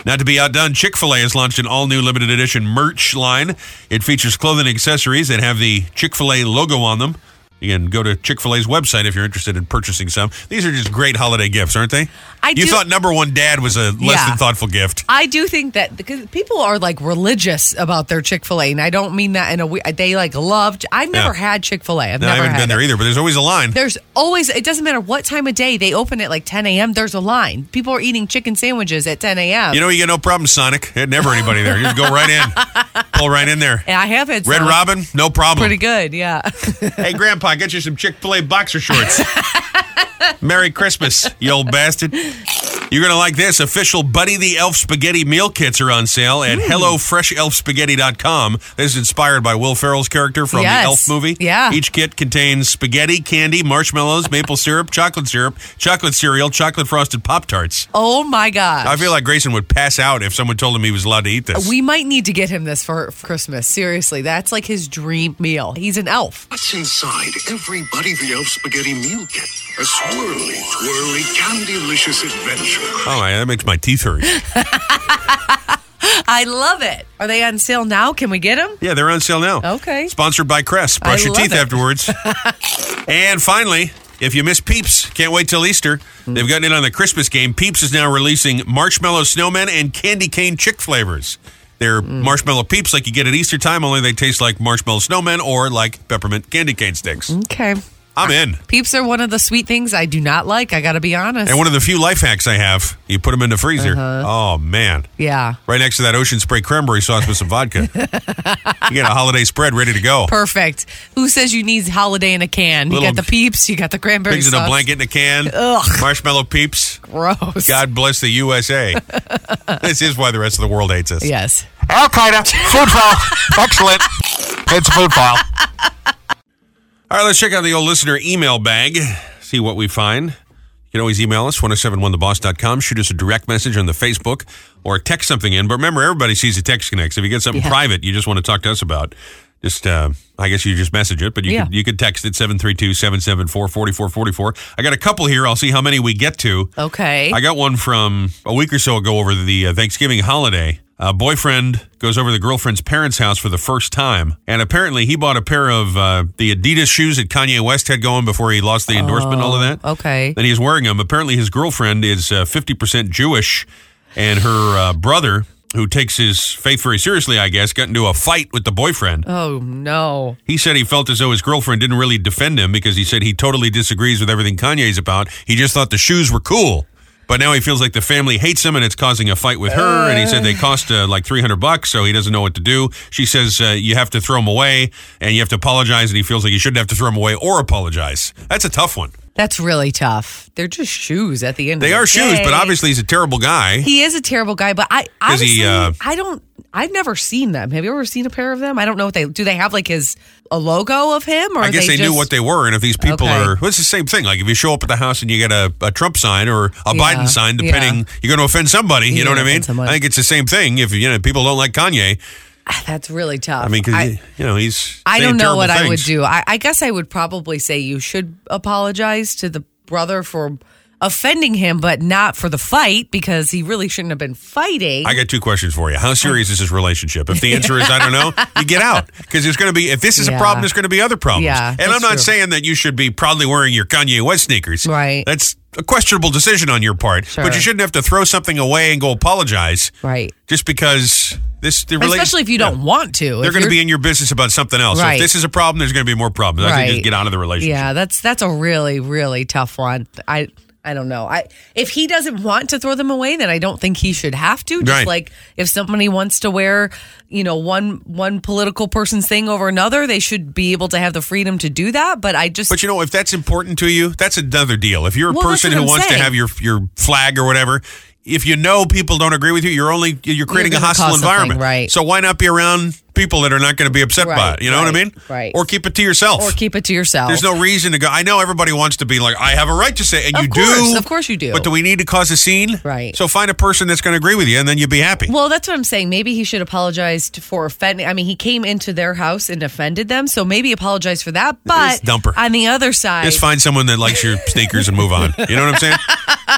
A: Not to be outdone, Chick fil A has launched an all new limited edition merch line. It features clothing and accessories that have the Chick fil A logo on them. You can go to Chick fil A's website if you're interested in purchasing some. These are just great holiday gifts, aren't they?
B: I
A: you
B: do-
A: thought number one dad was a less
B: Yeah.
A: than thoughtful gift.
B: I do think that because people are like religious about their Chick fil A, and I don't mean that in a way. They like loved. I've never
A: Yeah.
B: had Chick fil A. I've
A: No, I
B: never
A: haven't
B: had
A: been there
B: it.
A: either, but there's always a line.
B: There's always, it doesn't matter what time of day, they open at like 10 a.m. There's a line. People are eating chicken sandwiches at 10 a.m.
A: You know, you get no problem, Sonic. There's never anybody there. You just go right
B: [laughs]
A: in, pull right in there.
B: and I have had
A: Red
B: some.
A: Robin, no problem.
B: Pretty good, yeah. [laughs]
A: Hey, Grandpa, get you some Chick fil A boxer shorts. Merry Christmas, you old bastard. You're going to like this. Official Buddy the Elf Spaghetti Meal Kits are on sale at
B: Hmm.
A: HelloFreshElfSpaghetti.com. This is inspired by Will Ferrell's character from
B: Yes.
A: the Elf movie.
B: Yeah.
A: Each kit contains spaghetti, candy, marshmallows, maple syrup, chocolate syrup, chocolate cereal, chocolate frosted Pop Tarts.
B: oh my gosh.
A: I feel like Grayson would pass out if someone told him he was allowed to eat this.
B: We might need to get him this for for Christmas. Seriously, that's like his dream meal. He's an elf.
F: What's inside every Buddy the Elf Spaghetti Meal Kit? A swirly, twirly, candy-licious adventure.
A: oh, my, that makes my teeth hurt.
B: I love it. Are they on sale now? Can we get them?
A: Yeah, they're on sale now.
B: Okay.
A: Sponsored by Crest. Brush
B: I
A: your
B: love
A: teeth
B: it. [laughs]
A: afterwards. and finally, if you miss Peeps, can't wait till Easter. They've gotten in on the Christmas game. Peeps is now releasing marshmallow snowmen and candy cane chick flavors. They're
B: Mm.
A: marshmallow peeps like you get at Easter time, only they taste like marshmallow snowmen or like peppermint candy cane sticks.
B: Okay.
A: I'm in.
B: Peeps are one of the sweet things I do not like. I got to be honest.
A: And one of the few life hacks I have, you put them in the freezer.
B: Uh-huh.
A: Oh, man.
B: yeah.
A: Right next to that ocean spray cranberry sauce with some vodka.
B: [laughs]
A: you get a holiday spread ready to go.
B: Perfect. Who says you need holiday in a can?
A: Little
B: you got the peeps. You got the cranberry
A: Pigs in a
B: sauce.
A: blanket in a can. Marshmallow peeps.
B: Gross.
A: God bless the USA.
B: [laughs]
A: this is why the rest of the world hates us.
B: Yes.
E: Al Qaeda. Food file. Excellent. It's a food file.
A: All right, let's check out the old listener email bag, see what we find. You can always email us, 1071theboss.com. Shoot us a direct message on the Facebook or text something in. But remember, everybody sees the text connects. If you get something
B: Yeah.
A: private you just want to talk to us about, just, uh, I guess you just message it, but you,
B: Yeah.
A: could, you could text it 732 774 4444. I got a couple here. I'll see how many we get to.
B: Okay.
A: I got one from a week or so ago over the uh, Thanksgiving holiday. A boyfriend goes over to the girlfriend's parents' house for the first time, and apparently he bought a pair of uh, the Adidas shoes that Kanye West had going before he lost the endorsement, all of that.
B: okay.
A: And he's wearing them. Apparently, his girlfriend is uh, 50% Jewish, and her uh, brother, who takes his faith very seriously, I guess, got into a fight with the boyfriend.
B: Oh no.
A: He said he felt as though his girlfriend didn't really defend him because he said he totally disagrees with everything Kanye's about. He just thought the shoes were cool. But now he feels like the family hates him and it's causing a fight with her. And he said they cost uh, like 300 bucks, so he doesn't know what to do. She says uh, you have to throw him away and you have to apologize. And he feels like you shouldn't have to throw him away or apologize. That's a tough one.
B: That's really tough. They're just shoes at the end.
A: They
B: of the
A: are shoes, but
B: day.
A: obviously he's a terrible guy.
B: he is a terrible guy. But I,
A: Is
B: honestly,
A: he, uh,
B: I don't. I've never seen them. Have you ever seen a pair of them? I don't know what they do. They have like his a logo of him, or
A: I guess they,
B: just,
A: knew what they were, and if these people
B: Okay.
A: are, well, it's the same thing. Like if you show up at the house and you get a, a Trump sign or a Biden sign,
B: yeah.
A: depending, you're going to offend somebody. You
B: You're
A: know what I
B: gonna
A: mean?
B: offend someone.
A: I think it's the same thing. If you know people don't like Kanye,
B: [sighs] That's really tough.
A: I mean,
B: I,
A: because you know he's.
B: I
A: saying
B: don't know
A: terrible
B: what I would
A: things.
B: do. I, I guess I would probably say you should apologize to the brother for offending him, but not for the fight because he really shouldn't have been fighting.
A: I got two questions for you. How serious is this relationship?
B: [laughs]
A: If the answer is I don't know, you get out because there's going to be if this is a
B: Yeah.
A: problem, there's going to be other problems.
B: Yeah,
A: and I'm
B: that's
A: not
B: true.
A: saying that you should be proudly wearing your Kanye West sneakers.
B: Right.
A: That's a questionable decision on your part, but
B: Sure.
A: you shouldn't have to throw something away and go apologize.
B: right.
A: just because this the rela-
B: Especially if you don't
A: Yeah.
B: want to.
A: They're
B: If
A: going to
B: you're-
A: be in your business about something else. So
B: Right.
A: if this is a problem, there's going to be more problems. I can just
B: Right.
A: get out of the relationship.
B: Yeah, that's that's a really really tough one. I I don't know. I if he doesn't want to throw them away, then I don't think he should have to. Just
A: Right.
B: like if somebody wants to wear, you know, one one political person's thing over another, they should be able to have the freedom to do that. But I just
A: But you know, if that's important to you, that's another deal. If you're a
B: Well, that's
A: person
B: what
A: who
B: I'm
A: wants
B: saying.
A: to have your your flag or whatever, if you know people don't agree with you, you're only you're creating a
B: gonna
A: hostile
B: cause something,
A: environment.
B: right.
A: So why not be around people that are not going to be upset by
B: Right,
A: it? You know what I
B: right,
A: mean?
B: right.
A: Or keep it to yourself.
B: or keep it to yourself.
A: There's no reason to go. I know everybody wants to be like, I have a right to say, and
B: Of
A: you
B: course,
A: do.
B: of course you do.
A: But do we need to cause a scene?
B: Right.
A: So find a person that's going to agree with you, and then you'd be happy.
B: Well, that's what I'm saying. Maybe he should apologize to- for offending. I mean, he came into their house and offended them, so maybe apologize for that. But
A: dumper.
B: on the other side,
A: Just find someone that likes your sneakers and move on. You know what I'm
B: [laughs]
A: saying?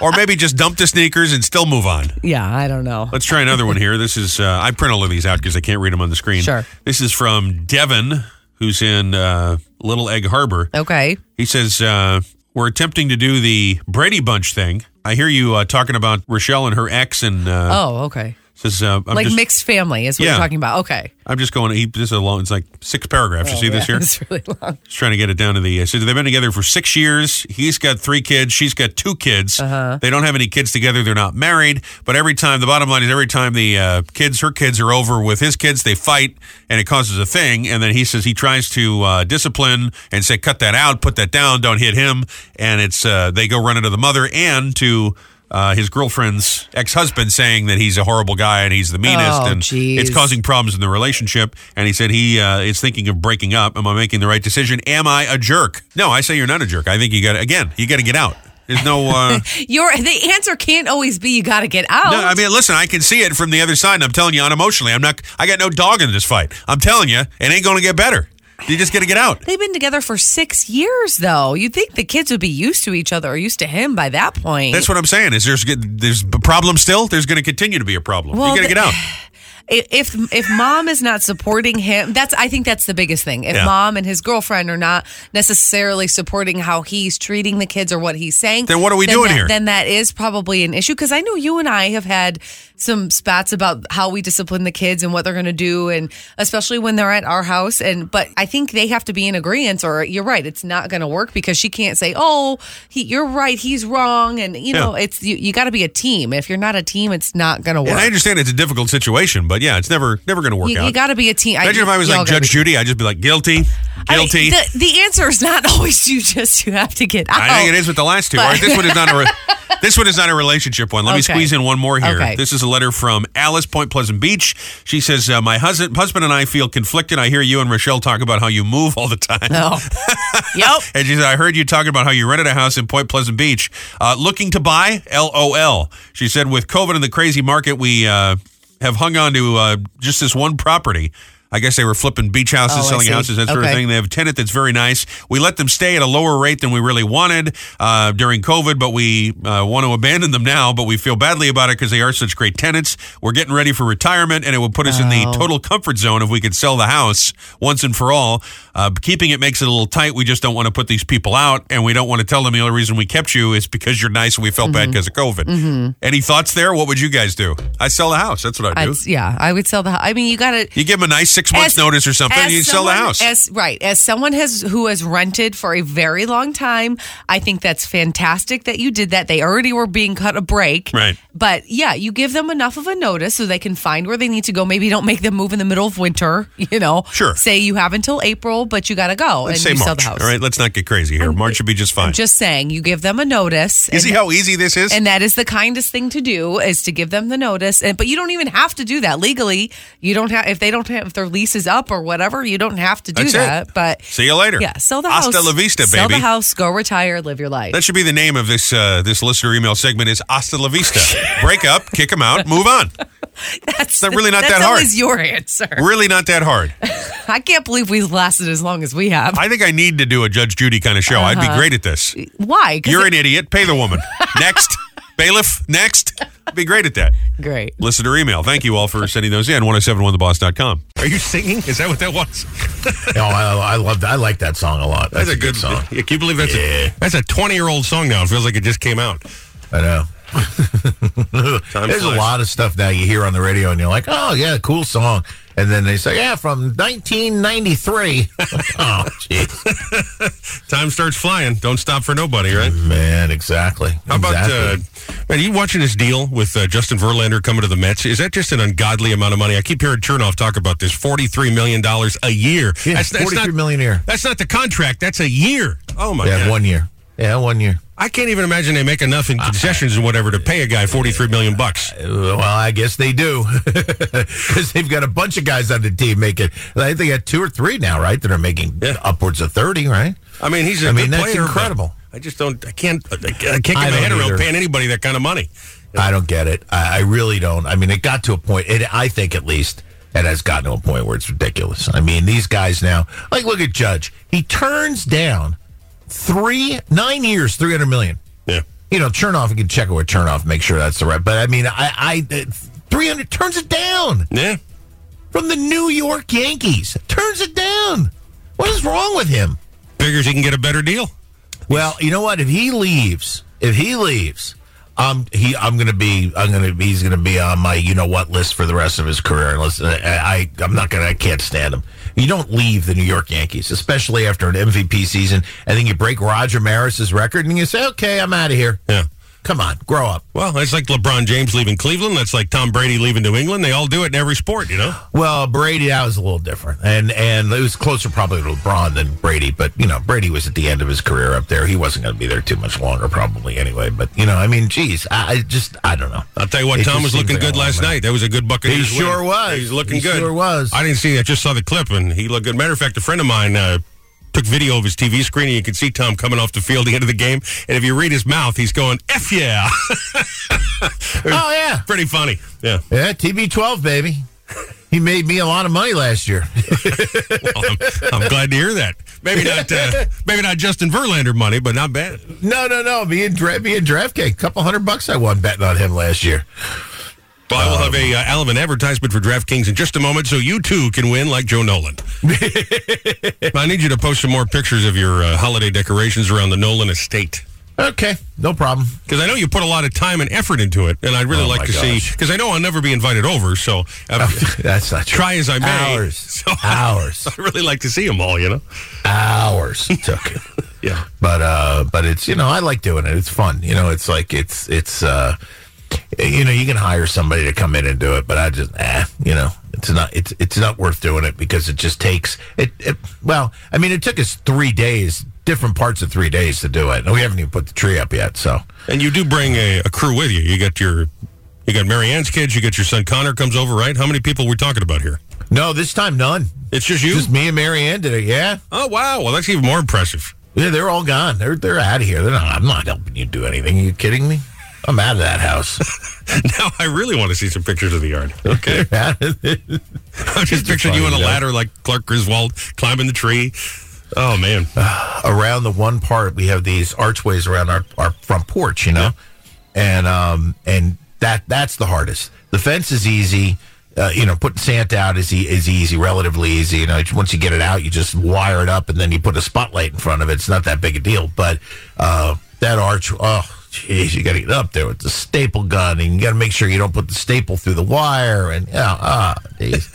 A: or maybe just dump the sneakers and still move on.
B: yeah, I don't know.
A: Let's try another one here. This is, uh, I print all of these out because I can't read them on the screen.
B: Sure.
A: This is from Devin, who's in uh, Little Egg Harbor.
B: Okay,
A: He says, uh, We're attempting to do the Brady Bunch thing. I hear you uh, talking about Rochelle and her ex, and uh,
B: Oh, okay.
A: says, uh, I'm,
B: like
A: just,
B: mixed family is what
A: Yeah.
B: you're talking about.
A: [laughs]
B: Okay.
A: I'm just going, he, this is a long, it's like six paragraphs. You see this here?
B: [laughs] It's really long.
A: Just trying to get it down to the. Uh, so they've been together for six years. He's got three kids. She's got two kids. Uh-huh. They don't have any kids together. They're not married. But every time, the bottom line is every time the uh, kids, her kids, are over with his kids, they fight and it causes a thing. And then he says he tries to uh, discipline and say, cut that out, put that down, don't hit him. And it's uh, they go running to the mother and to. Uh, his girlfriend's ex-husband saying that he's a horrible guy and he's the meanest
B: Oh,
A: and it's
B: geez.
A: causing causing problems in the relationship, and he said he uh, is thinking of breaking up. Am I making the right decision? Am I a jerk? No, I say you're not a jerk. I think you got to again, you got to get out. There's no.
B: [laughs]
A: Uh,
B: Your the answer can't always be you got to get out.
A: No, I mean, listen, I can see it from the other side, and I'm telling you unemotionally, I'm not. I got no dog in this fight. I'm telling you, it ain't going to get better. You just got to get out.
B: They've been together for six years, though. You'd think the kids would be used to each other or used to him by that point.
A: That's what I'm saying. Is there's there's a problem still? There's going to continue to be a problem.
B: Well,
A: you got to
B: the-
A: get
B: [sighs]
A: out.
B: I- if if mom is not supporting him that's i think that's the biggest thing if
A: Yeah.
B: mom and his girlfriend are not necessarily supporting how he's treating the kids or what he's saying
A: Then what are we doing
B: that-
A: here?
B: then that is probably an issue because i know you and i have had some spats about how we discipline the kids and what they're going to do and especially when they're at our house and but i think they have to be in agreement or you're right it's not going to work because she can't say oh he, you're right he's wrong and you
A: Yeah.
B: know it's you, you got to be a team if you're not a team it's not going to work
A: And I understand it's a difficult situation, but yeah, it's never never going to work
B: you,
A: out.
B: got to be a team.
A: Imagine if I was
B: y'all
A: like
B: gotta
A: Judge
B: be-
A: Judy, I'd just be like guilty,
B: I-
A: guilty.
B: the, the answer is not [laughs] always you just you have to get out.
A: I think it is with the last two. All right, this one is not a re-
B: [laughs]
A: this one is not a relationship one. Let me
B: Okay.
A: squeeze in one more here.
B: Okay.
A: This is a letter from Alice Point Pleasant Beach. She says, uh, "My husband, husband and I feel conflicted. I hear you and Rochelle talk about how you move all the time."
B: No.
A: [laughs]
B: yep.
A: And she said, I heard you talking about how you rented a house in Point Pleasant Beach. Uh, looking to buy? LOL. She said, with COVID and the crazy market, we uh, have hung on to uh, just this one property. I guess they were flipping beach houses,
B: Oh, I
A: selling
B: see.
A: houses, that sort of
B: Okay.
A: thing. They have a tenant that's very nice. We let them stay at a lower rate than we really wanted uh, during COVID, but we uh, want to abandon them now, but we feel badly about it because they are such great tenants. We're getting ready for retirement, and it would put us in the total comfort zone if we could sell the house once and for all. Uh, keeping it makes it a little tight. We just don't want to put these people out, and we don't want to tell them the only reason we kept you is because you're nice and we felt bad because of COVID. Any thoughts there? What would you guys do? I sell the house. That's what I do.
B: I'd- yeah, I would sell the. hou- I mean, you got to.
A: you give them a nice six months notice or something,
B: as
A: you sell the
B: someone-
A: house.
B: As right, as someone has who has rented for a very long time, I think that's fantastic that you did that. They already were being cut a break,
A: Right.
B: But yeah, you give them enough of a notice so they can find where they need to go. Maybe don't make them move in the middle of winter. [laughs] You know,
A: Sure.
B: Say you have until April, but you got to go
A: Let's
B: and
A: say
B: you sell
A: March.
B: the house.
A: All right, let's not get crazy here. March should be just fine.
B: Just saying, you give them a notice.
A: you
B: and-
A: see how easy this is?
B: and that is the kindest thing to do is to give them the notice and but you don't even have to do that legally you don't have if they don't have if their lease is up or whatever you don't have to do
A: That's it.
B: that but
A: See you later.
B: yeah sell the
A: Hasta
B: house
A: la vista,
B: sell
A: baby.
B: the house go retire live your life
A: That should be the name of this uh, this listener email segment. Is Hasta la
B: [laughs]
A: vista. Break up, kick them out, move on.
B: that's
A: not really not
B: that's
A: that hard.
B: always your answer
A: Really not that hard.
B: i can't believe we've lasted as long as we have
A: I think I need to do a Judge Judy kind of show. I'd be great at this.
B: why 'Cause
A: You're
B: Uh-huh. it-
A: an idiot. Pay the woman. Next. Bailiff, next. I'd be great at that.
B: great
A: Listener email. Thank you all for sending those in. 1071theboss.com. Are you singing? Is that what that was?
G: No, Oh, I, I love that. I like that song a lot. That's, a, good, song.
A: [laughs] Yeah, can you believe that's
G: Yeah.
A: a that's a 20 year old song now? It feels like it just came out.
G: I know.
A: [laughs]
G: [laughs]
A: Time
G: There's a
A: flies.
G: lot of stuff now you hear on the radio, and you're like, "Oh yeah, cool song," and then they say, "Yeah, from 1993." [laughs] oh, jeez,
A: Time starts flying. Don't stop for nobody, right?
G: man, exactly.
A: How about uh,
G: Exactly.
A: man? You watching this deal with uh, Justin Verlander coming to the Mets? Is that just an ungodly amount of money? I keep hearing Chernoff talk about this forty-three million dollars a year.
G: Yeah, 43 million a year.
A: That's not the contract. That's a year. Oh my
G: yeah,
A: god!
G: one year. Yeah, one year.
A: I can't even imagine they make enough in concessions and whatever to pay a guy forty-three million bucks.
G: Uh, Well, I guess they do [laughs] because they've got a bunch of guys on the team making. I think they got two or three now, right? That are making
A: Yeah.
G: upwards of 30, right?
A: I mean, he's a
G: I mean,
A: good
G: that's
A: player, but
G: incredible.
A: I just don't. I can't. I can't get my
G: I don't
A: head around
G: either.
A: paying anybody that kind of money.
G: I don't get it. I, I really don't. I mean, it got to a point. It, I think at least it has gotten to a point where it's ridiculous. I mean, these guys now, like, look at Judge. He turns down three nine years, three hundred million.
A: Yeah.
G: You know, Chernoff. You can check it with Chernoff, make sure that's the right. But I mean, I, I three hundred turns it down
A: Yeah.
G: from the New York Yankees. Turns it down. What is wrong with him?
A: Figures he can get a better deal.
G: Well, you know what? If he leaves, if he leaves, um, he, I'm gonna be, I'm gonna, be, he's gonna be on my, you know what list for the rest of his career. Unless I, I I'm not gonna, I can't stand him. You don't leave the New York Yankees, especially after an MVP season, and then you break Roger Maris's record, and you say, okay, I'm out of here.
A: Yeah.
G: Come on, grow up.
A: Well, that's like LeBron James leaving Cleveland. That's like Tom Brady leaving New England. They all do it in every sport, you know.
G: Well, Brady, that was a little different, and and it was closer probably to LeBron than Brady. But you know, Brady was at the end of his career up there. He wasn't going to be there too much longer, probably anyway. But you know, I mean, geez, I, I just I don't
A: [laughs]
G: know.
A: I'll tell you what,
G: It
A: Tom
G: just
A: was
G: seems
A: looking
G: like a
A: good
G: long
A: last
G: way.
A: night. That was a good Buccaneers.
G: He sure
A: win.
G: was.
A: He's looking
G: He
A: good.
G: sure was.
A: I didn't see that. Just saw the clip, and he looked good. Matter of fact, a friend of mine uh, took video of his TV screen, and you can see Tom coming off the field at the end of the game. And if you read his mouth, he's going "f yeah." [laughs]
G: Oh yeah,
A: Pretty funny. Yeah.
G: yeah, TB12 baby. He made me a lot of money last year. [laughs]
A: Well, I'm, I'm glad to hear that. Maybe not.
G: [laughs]
A: Uh, maybe not Justin Verlander money, but not bad.
G: no, no, no. Me and Dra- me and DraftKings, a couple hundred bucks I won betting on him last year.
A: Well, I will have a uh, Al of an advertisement for DraftKings in just a moment, so you too can win like Joe
G: [laughs]
A: Nolan. I need you to post some more pictures of your uh, holiday decorations around the Nolan estate.
G: Okay, no problem. [laughs]
A: Because I know you put a lot of time and effort into it, and I'd really
G: Oh,
A: like
G: my
A: to see.
G: gosh.
A: Because I know I'll never be invited over,
G: [laughs]
A: so uh, [laughs]
G: That's not true.
A: try as I may. [laughs]
G: Hours,
A: So
G: hours,
A: I really like to see them all. You know.
G: hours
A: [laughs]
G: took it.
A: Yeah.
G: but uh but it's you know i like doing it it's fun you know it's like it's it's uh you know you can hire somebody to come in and do it but i just eh, you know it's not it's it's not worth doing it because it just takes it, it well i mean it took us three days different parts of three days to do it and we haven't even put the tree up yet so
A: And you do bring a, a crew with you. You got your, you got Marianne's kids. You got your son Connor comes over, right? How many people we're talking about here?
G: no this time none
A: It's just you.
G: just me and marianne did it yeah
A: oh wow! Well, that's even more impressive. [laughs]
G: yeah they're all gone they're they're out of here they're not i'm not helping you do anything are you kidding me i'm out of that house
A: Now I really want to see some pictures of the yard.
G: [laughs]
A: Okay.
G: Out of it.
A: I'm just picturing you on a
G: funny, though.
A: ladder like Clark Griswold climbing the tree. Oh man.
G: around the one part we have these archways around our, our front porch you know and um and that that's the hardest the fence is easy uh, you know putting sand out is e- is easy relatively easy you know once you get it out you just wire it up and then you put a spotlight in front of it it's not that big a deal but uh that arch oh Jeez, you got to get up there with the staple gun, and you got to make sure you don't put the staple through the wire. And yeah, ah, geez.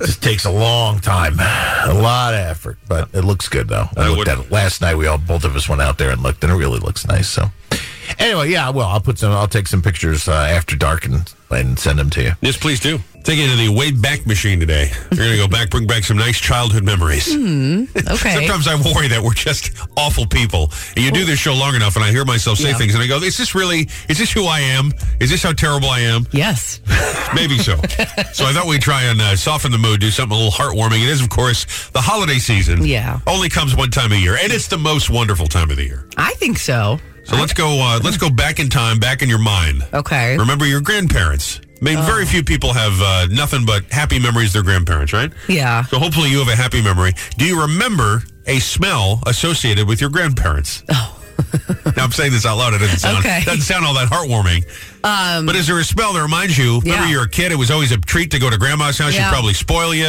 G: just takes a long time, a lot of effort, but it looks good though. I,
A: I
G: looked
A: would-
G: at it last night. We all, both of us, went out there and looked, and it really looks nice. So, anyway, yeah, well, I'll put some. I'll take some pictures uh, after dark and and send them to you.
A: Yes, please do. Take it to the way back machine today. We're going to go back, bring back some nice childhood memories.
B: Hmm, Okay.
A: Sometimes I worry that we're just awful people. And you do this show long enough, and I hear myself say
B: Yeah.
A: things, and I go, "Is this really? Is this who I am? Is this how terrible I am?"
B: yes.
A: Maybe
B: [laughs]
A: so. so I thought we'd try and uh, soften the mood, do something a little heartwarming. It is, of course, the holiday season.
B: Yeah.
A: only comes one time a year, and it's the most wonderful time of the year.
B: I think so.
A: So let's go. Uh, let's go back in time, back in your mind.
B: Okay.
A: Remember your grandparents. I mean,
B: Oh.
A: very few people have uh, nothing but happy memories of their grandparents, right?
B: Yeah.
A: So hopefully you have a happy memory. Do you remember a smell associated with your grandparents? Oh. [laughs] now I'm saying this out loud. It doesn't sound
B: Okay.
A: doesn't sound all that heartwarming. Um, but is there a smell that reminds you? Remember,
B: Yeah.
A: you're a kid. It was always a treat to go to grandma's house. She'd
B: Yeah. Mm-hmm.
A: probably spoil you.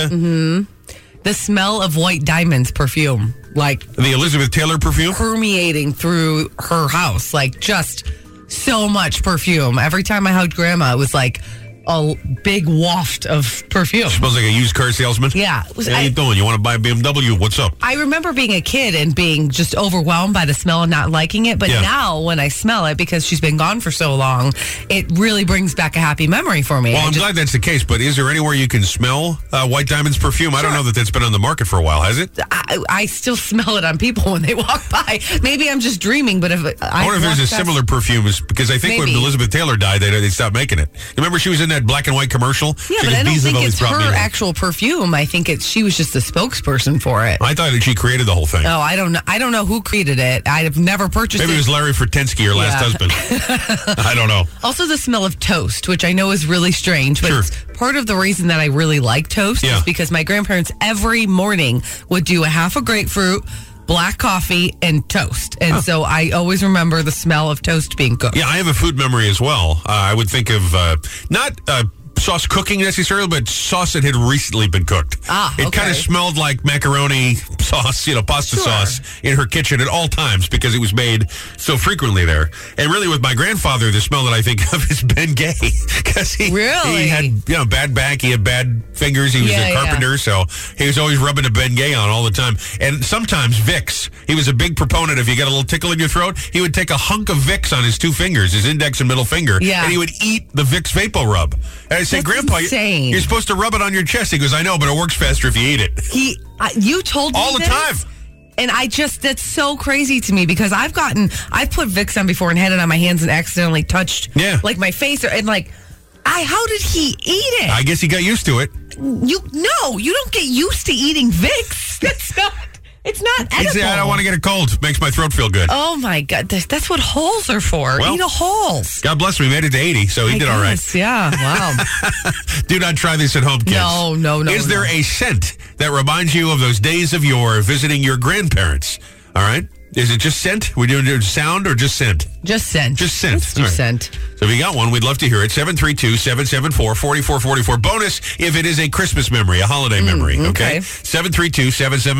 B: The smell of white diamonds perfume, like
A: The Elizabeth Taylor perfume.
B: permeating through her house, like just so much perfume. Every time I hugged grandma, it was like a big waft of perfume.
A: Smells like a used car salesman.
B: Yeah.
A: Hey, How you
B: I-
A: doing? You want to buy a BMW? What's up?
B: I remember being a kid and being just overwhelmed by the smell and not liking it. But
A: Yeah.
B: now, when I smell it, because she's been gone for so long, it really brings back a happy memory for me.
A: Well,
B: I
A: I'm
B: just-
A: glad that's the case, but is there anywhere you can smell uh, White Diamond's perfume? I don't know that that's been on the market for a while, has it?
B: I, I still [laughs] smell it on people when they walk by. Maybe I'm just dreaming, but if I,
A: I wonder if there's a similar perfume, is- because I think when
B: Maybe.
A: Elizabeth Taylor died, they, they stopped making it. Remember, she was in that black and white commercial. She
B: Yeah, but
A: goes,
B: I don't
A: "Bees have
B: think
A: always
B: it's
A: brought me
B: her
A: luck."
B: actual perfume. I think it's she was just the spokesperson for it.
A: I thought that she created the whole thing.
B: Oh, I don't know. I don't know who created it. I've never purchased
A: Maybe it
B: it.
A: was Larry Fertensky, her last husband.
B: [laughs]
A: I don't know.
B: Also, the smell of toast, which I know is really strange, but
A: Sure.
B: it's part of the reason that I really like toast
A: Yeah.
B: is because my grandparents every morning would do a half a grapefruit, black coffee, and toast. And so I always remember the smell of toast being cooked.
A: Yeah, I have a food memory as well. Uh, I would think of uh, not uh, sauce cooking necessarily, but sauce that had recently been cooked.
B: Ah,
A: it kind of
B: okay.
A: smelled like macaroni [laughs] sauce, you know, pasta
B: Sure.
A: sauce in her kitchen at all times because it was made so frequently there. And really, with my grandfather, the smell that I think of [laughs] is Ben Gay because he
B: Really?
A: he had you know bad back, he had bad fingers, he was
B: Yeah,
A: a
B: yeah.
A: carpenter, so he was always rubbing a Ben Gay on all the time. And sometimes Vicks. He was a big proponent. If you got a little tickle in your throat, he would take a hunk of Vicks on his two fingers, his index and middle finger,
B: Yeah.
A: and he would eat the Vicks Vapor Rub. And I say,
B: That's
A: Grandpa, you-
B: insane.
A: you're supposed to rub it on your chest. He goes, I know, but it works faster if you eat
B: [laughs]
A: it.
B: He, I, you told me
A: All the
B: this,
A: time.
B: and I just that's so crazy to me because I've gotten I've put Vicks on before and had it on my hands and accidentally touched
A: Yeah.
B: like my face or, and like I how did he eat it?
A: I guess he got used to it.
B: you no, you don't get used to eating Vicks. [laughs] That's not it's not edible.
A: He said, I don't want to get a cold. Makes my throat feel good.
B: Oh my god, that's, that's what holes are for.
A: Well,
B: Eat a holes.
A: God bless him. He made it to 80, so he
B: I
A: did all right.
B: guess, Yeah.
A: [laughs]
B: Wow.
A: Do not try this at home, kids.
B: No, no, no,
A: Is there
B: no.
A: a scent that reminds you of those days of yore visiting your grandparents? All right. Is it just scent? We doing just sound or just scent?
B: just sent.
A: Just sent.
B: Just do
A: All right.
B: sent.
A: So if you got one, we'd love to hear it. 732-774-4444. Bonus if it is a Christmas memory, a holiday memory. Okay.
B: Mm, okay.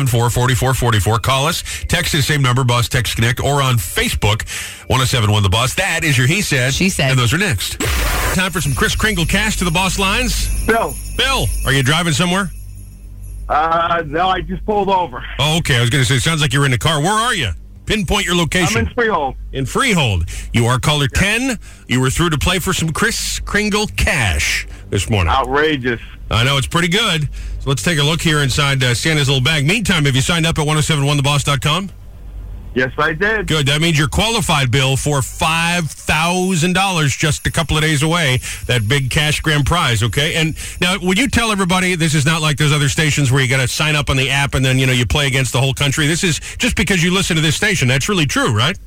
A: 732-774-4444. Call us. Text the same number, Boss Text Connect, or on Facebook, 1071 The Boss. That is your He Said.
B: She Said.
A: And those are next. Time for some Chris Kringle cash to the boss lines.
H: No,
A: Bill, are you driving somewhere?
H: uh, no, I just pulled over.
A: Oh, okay. I was going to say, sounds like you're in the car. Where are you? Pinpoint your
H: I'm
A: location.
H: in Freehold.
A: in Freehold. You are caller 10. You were through to play for some Chris Kringle cash this morning.
H: Outrageous.
A: I know it's pretty good. So let's take a look here inside uh, Santa's little bag. Meantime, have you signed up at 1071theboss.com?
H: Yes, I did.
A: Good. That means you're qualified, Bill, for $5,000 just a couple of days away. That big cash grand prize, okay? And now, would you tell everybody this is not like those other stations where you got to sign up on the app and then, you know, you play against the whole country? This is just because you listen to this station. That's really true, right?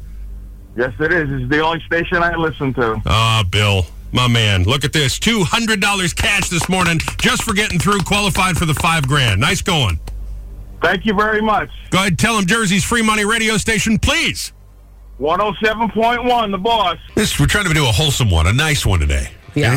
H: Yes, it is. It's the only station I listen to.
A: Ah, Bill, my man. Look at this. $200 cash this morning just for getting through, qualified for the five grand. Nice going.
H: Thank you very much.
A: Go ahead, tell them Jersey's free money radio station, please.
H: 107.1, the boss.
A: This we're trying to do a wholesome one, a nice one today. [laughs]
B: Yeah.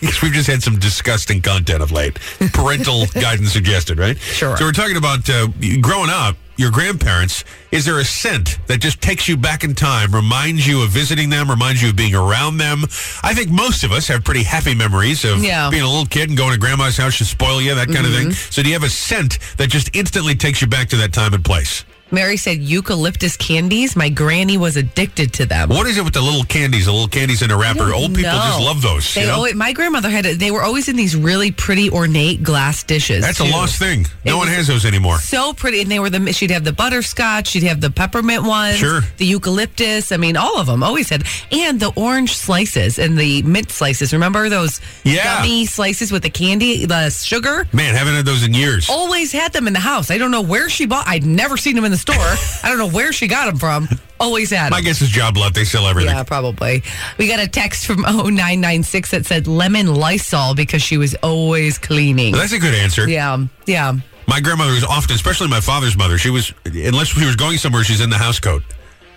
A: Because we've just had some disgusting
B: [laughs]
A: content of late. Parental guidance suggested, right?
B: Sure.
A: So we're talking about uh, growing up. your grandparents, is there a scent that just takes you back in time, reminds you of visiting them, reminds you of being around them? I think most of us have pretty happy memories of
B: Yeah. Mm-hmm.
A: being a little kid and going to grandma's house, she spoil you, that kind of thing. So do you have a scent that just instantly takes you back to that time and place?
B: Mary said eucalyptus candies. My granny was addicted to them.
A: What is it with the little candies, the little candies in a wrapper? Old people just
B: No.
A: love those.
B: They
A: you know?
B: always, my grandmother had. They were always in these really pretty ornate glass dishes.
A: That's a
B: too.
A: lost thing. No
B: It
A: one
B: was-
A: has those anymore.
B: So pretty, and they were the. She'd have the butterscotch. She'd have the peppermint ones.
A: Sure.
B: The eucalyptus. I mean, all of them always had, and the orange slices and the mint slices. Remember those
A: Yeah.
B: gummy slices with the candy, the sugar.
A: Man, haven't had those in years.
B: Always had them in the house. I don't know where she bought. I'd never seen them in the store.
A: [laughs]
B: I don't know where she got them from. Always had. 'em.
A: My guess is job lot. They sell everything.
B: Yeah, probably. We got a text from 0996 that said lemon Lysol because she was always cleaning.
A: That's a good answer.
B: Yeah, yeah.
A: My grandmother was often, especially my father's mother, she was, unless she was going somewhere, she's in the house coat.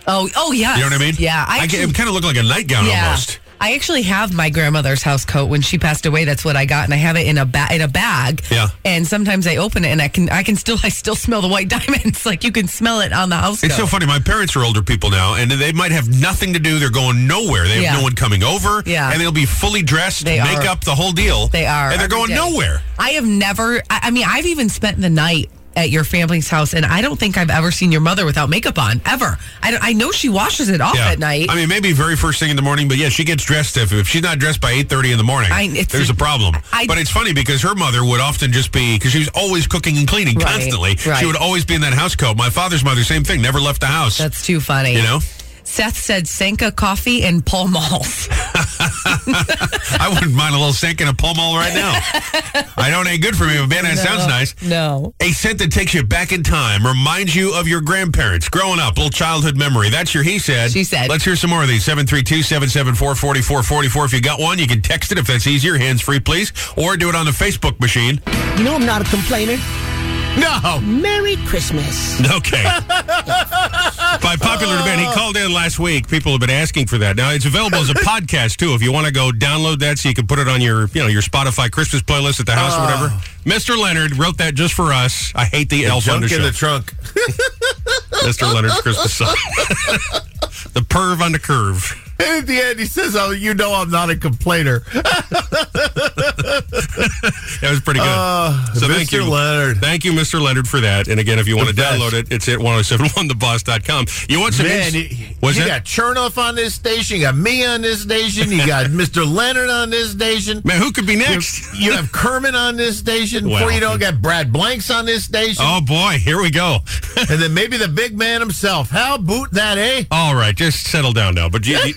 B: Oh, oh, yeah.
A: You know what I mean?
B: Yeah,
A: I,
B: actually-
A: it kind of looked like a nightgown almost.
B: I actually have my grandmother's house coat. When she passed away, that's what I got, and I have it in a ba- in a bag.
A: Yeah.
B: And sometimes I open it, and I can I can still [laughs] I still smell the white diamonds. [laughs] Like you can smell it on the house.
A: It's so
B: coat.
A: funny. My parents are older people now, and they might have nothing to do. They're going nowhere. They have
B: Yeah.
A: no one coming over.
B: Yeah.
A: And they'll be fully dressed,
B: They are.
A: makeup, the whole deal.
B: They are.
A: And they're
B: every
A: going
B: day.
A: nowhere.
B: I have never, I, I mean, I've even spent the night at your family's house, and I don't think I've ever seen your mother without makeup on, ever. I, don't- I know she washes it off at night.
A: I mean, maybe very first thing in the morning, but yeah, she gets dressed. If, if she's not dressed by eight thirty in the morning,
B: I- it's-
A: there's a problem.
B: I-
A: but it's funny because her mother would often just be because she was always cooking and cleaning
B: Right,
A: constantly. She
B: right.
A: would always be in that house coat. My father's mother, same thing, never left the house.
B: That's too funny.
A: you know,
B: Seth said Sanka coffee and Pall Malls.
A: I wouldn't mind a little sink in a Pall Mall right
B: [laughs]
A: now. I know it ain't good for me, but man, that [laughs] sounds nice.
B: No.
A: A scent that takes you back in time, reminds you of your grandparents growing up, little childhood memory. That's your he said.
B: She said.
A: Let's hear some more of these. 732 774 4444. If you got one, you can text it if that's easier, hands free, please, or do it on the Facebook machine.
I: You know I'm not a complainer.
A: No.
I: Merry Christmas.
G: [laughs]
A: Okay. By popular demand, he called in last week. People have been asking for that. Now it's available
G: [laughs]
A: as a podcast too. If you want to go download that, so you can put it on your, you know, your Spotify Christmas playlist at the house or whatever. Mr. Leonard wrote that just for us. I hate the elf on the
G: Junk in
A: show.
G: Oh. the
A: [laughs]
G: trunk.
A: Mr. Leonard's Christmas song. [laughs] the perv on the curve.
G: And at the end, he says, "Oh, you know, I'm not a complainer."
A: That was pretty good. so thank
G: Mr.
A: you.
G: Leonard.
A: Thank you, Mr. Leonard, for that. And again, if you want to
G: Uh, The best.
A: download it, it's at 1071theboss.com. You want some
G: Man,
A: ins-
G: you-
A: was
G: you
A: that?
G: got Chernoff on this station. You got me on this station. You
A: [laughs]
G: got Mr. Leonard on this station.
A: Man, who could be
G: You-
A: next?
G: You have Kermit on this station.
A: Well.
G: Before you know, it, got Brad Blanks on this station,
A: Oh boy, here we go.
G: and then maybe the big man himself. How boot that, eh?
A: All right, just settle down now. But you,
G: [laughs]
A: you,